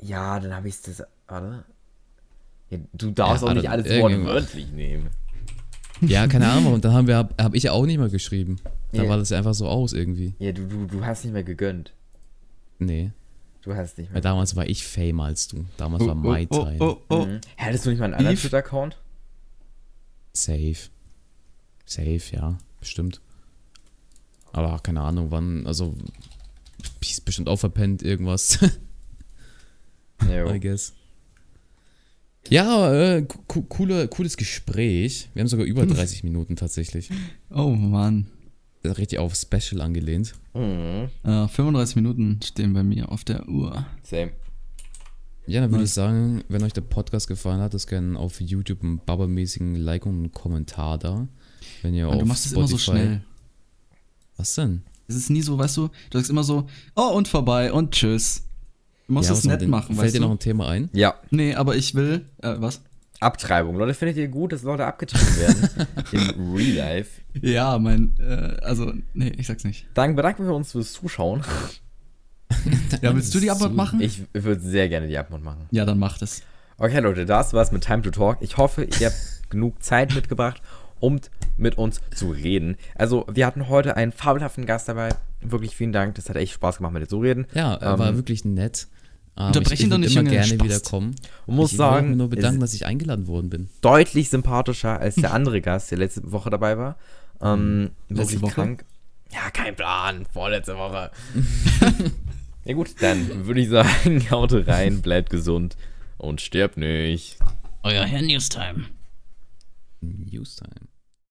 [SPEAKER 2] Ja, dann habe ich das. Warte. Ja, du darfst
[SPEAKER 3] Ja,
[SPEAKER 2] auch nicht
[SPEAKER 3] warte,
[SPEAKER 2] alles
[SPEAKER 3] irgendwann.
[SPEAKER 2] wortwörtlich nehmen.
[SPEAKER 3] Ja, keine Ahnung. Und dann haben wir, hab, hab ich ja auch nicht mal geschrieben. Da
[SPEAKER 2] Ja.
[SPEAKER 3] war das ja einfach so aus irgendwie.
[SPEAKER 2] Ja, du, du, du hast nicht mehr gegönnt.
[SPEAKER 3] Nee,
[SPEAKER 2] Du hast nicht
[SPEAKER 3] weil
[SPEAKER 2] mehr.
[SPEAKER 3] damals war ich Fame als du. Damals war Mai
[SPEAKER 1] oh,
[SPEAKER 3] Time.
[SPEAKER 1] oh, oh.
[SPEAKER 2] Mhm. Hättest du nicht mal einen anderen
[SPEAKER 1] Beef?
[SPEAKER 2] Twitter-Account?
[SPEAKER 3] Safe. Safe, ja, bestimmt. Aber keine Ahnung, wann, also ich ist bestimmt auch verpennt irgendwas, I
[SPEAKER 2] Ja,
[SPEAKER 3] guess. Ja, äh, co coole, cooles Gespräch. Wir haben sogar
[SPEAKER 1] Hm.
[SPEAKER 3] über 30 Minuten tatsächlich.
[SPEAKER 1] Oh Mann.
[SPEAKER 3] Das ist Richtig auf Special angelehnt.
[SPEAKER 2] mhm.
[SPEAKER 1] Äh, 35 Minuten stehen bei mir auf der Uhr.
[SPEAKER 2] Same.
[SPEAKER 3] Ja, dann würde ich sagen, wenn euch der Podcast gefallen hat, lasst gerne auf YouTube einen babbermäßigen Like und einen Kommentar da. Wenn ihr
[SPEAKER 1] Mann,
[SPEAKER 3] auf
[SPEAKER 1] Ah, du machst es
[SPEAKER 3] Spotify,
[SPEAKER 1] immer so schnell.
[SPEAKER 3] Was denn?
[SPEAKER 1] Es ist nie so, weißt du, du sagst immer so, oh und vorbei und tschüss. Du musst
[SPEAKER 3] Ja,
[SPEAKER 1] es
[SPEAKER 3] was mit
[SPEAKER 1] nett
[SPEAKER 3] dem-
[SPEAKER 1] machen,
[SPEAKER 3] Fällt
[SPEAKER 1] weißt
[SPEAKER 3] dir
[SPEAKER 1] du?
[SPEAKER 3] noch ein Thema ein?
[SPEAKER 2] Ja,
[SPEAKER 1] nee, aber ich will, äh, was?
[SPEAKER 2] Abtreibung. Leute, findet ihr gut, dass Leute abgetrieben
[SPEAKER 3] [laughs]
[SPEAKER 2] werden? Im Real Life.
[SPEAKER 1] Ja, mein, äh, also, nee, ich sag's nicht.
[SPEAKER 2] Dann bedanken wir uns fürs Zuschauen.
[SPEAKER 1] Ja, willst du die Abmod machen?
[SPEAKER 2] Ich würde sehr gerne die Abmund machen.
[SPEAKER 1] ja, dann mach das.
[SPEAKER 2] Okay, Leute, das war's mit Time to Talk. Ich hoffe,
[SPEAKER 1] [laughs]
[SPEAKER 2] ihr habt genug Zeit mitgebracht, um mit uns zu reden. Also, wir hatten heute einen fabelhaften Gast dabei. Wirklich vielen Dank. Das hat echt Spaß gemacht, mit dir zu reden.
[SPEAKER 3] Ja, er
[SPEAKER 2] Ähm,
[SPEAKER 3] war wirklich nett. Ähm,
[SPEAKER 1] Unterbrech
[SPEAKER 3] ich,
[SPEAKER 1] ihn
[SPEAKER 3] ich
[SPEAKER 1] doch
[SPEAKER 3] würd
[SPEAKER 1] nicht,
[SPEAKER 3] immer
[SPEAKER 1] Junge,
[SPEAKER 3] gerne
[SPEAKER 1] Spast.
[SPEAKER 3] wiederkommen.
[SPEAKER 2] Und muss
[SPEAKER 3] ich wollte
[SPEAKER 2] sagen,
[SPEAKER 3] mich nur bedanken,
[SPEAKER 2] es
[SPEAKER 3] dass ich eingeladen worden bin.
[SPEAKER 2] ist deutlich sympathischer als
[SPEAKER 1] [laughs]
[SPEAKER 2] der andere Gast, der letzte Woche dabei war. Ähm,
[SPEAKER 1] Hm. Letzte
[SPEAKER 2] wirklich
[SPEAKER 1] Woche?
[SPEAKER 2] krank. Ja, kein Plan. Vorletzte
[SPEAKER 1] [laughs]
[SPEAKER 2] Woche. ja, gut, dann würde ich sagen, [laughs] haut rein, bleibt gesund und stirbt nicht.
[SPEAKER 1] Euer Herr Newstime.
[SPEAKER 3] News Time.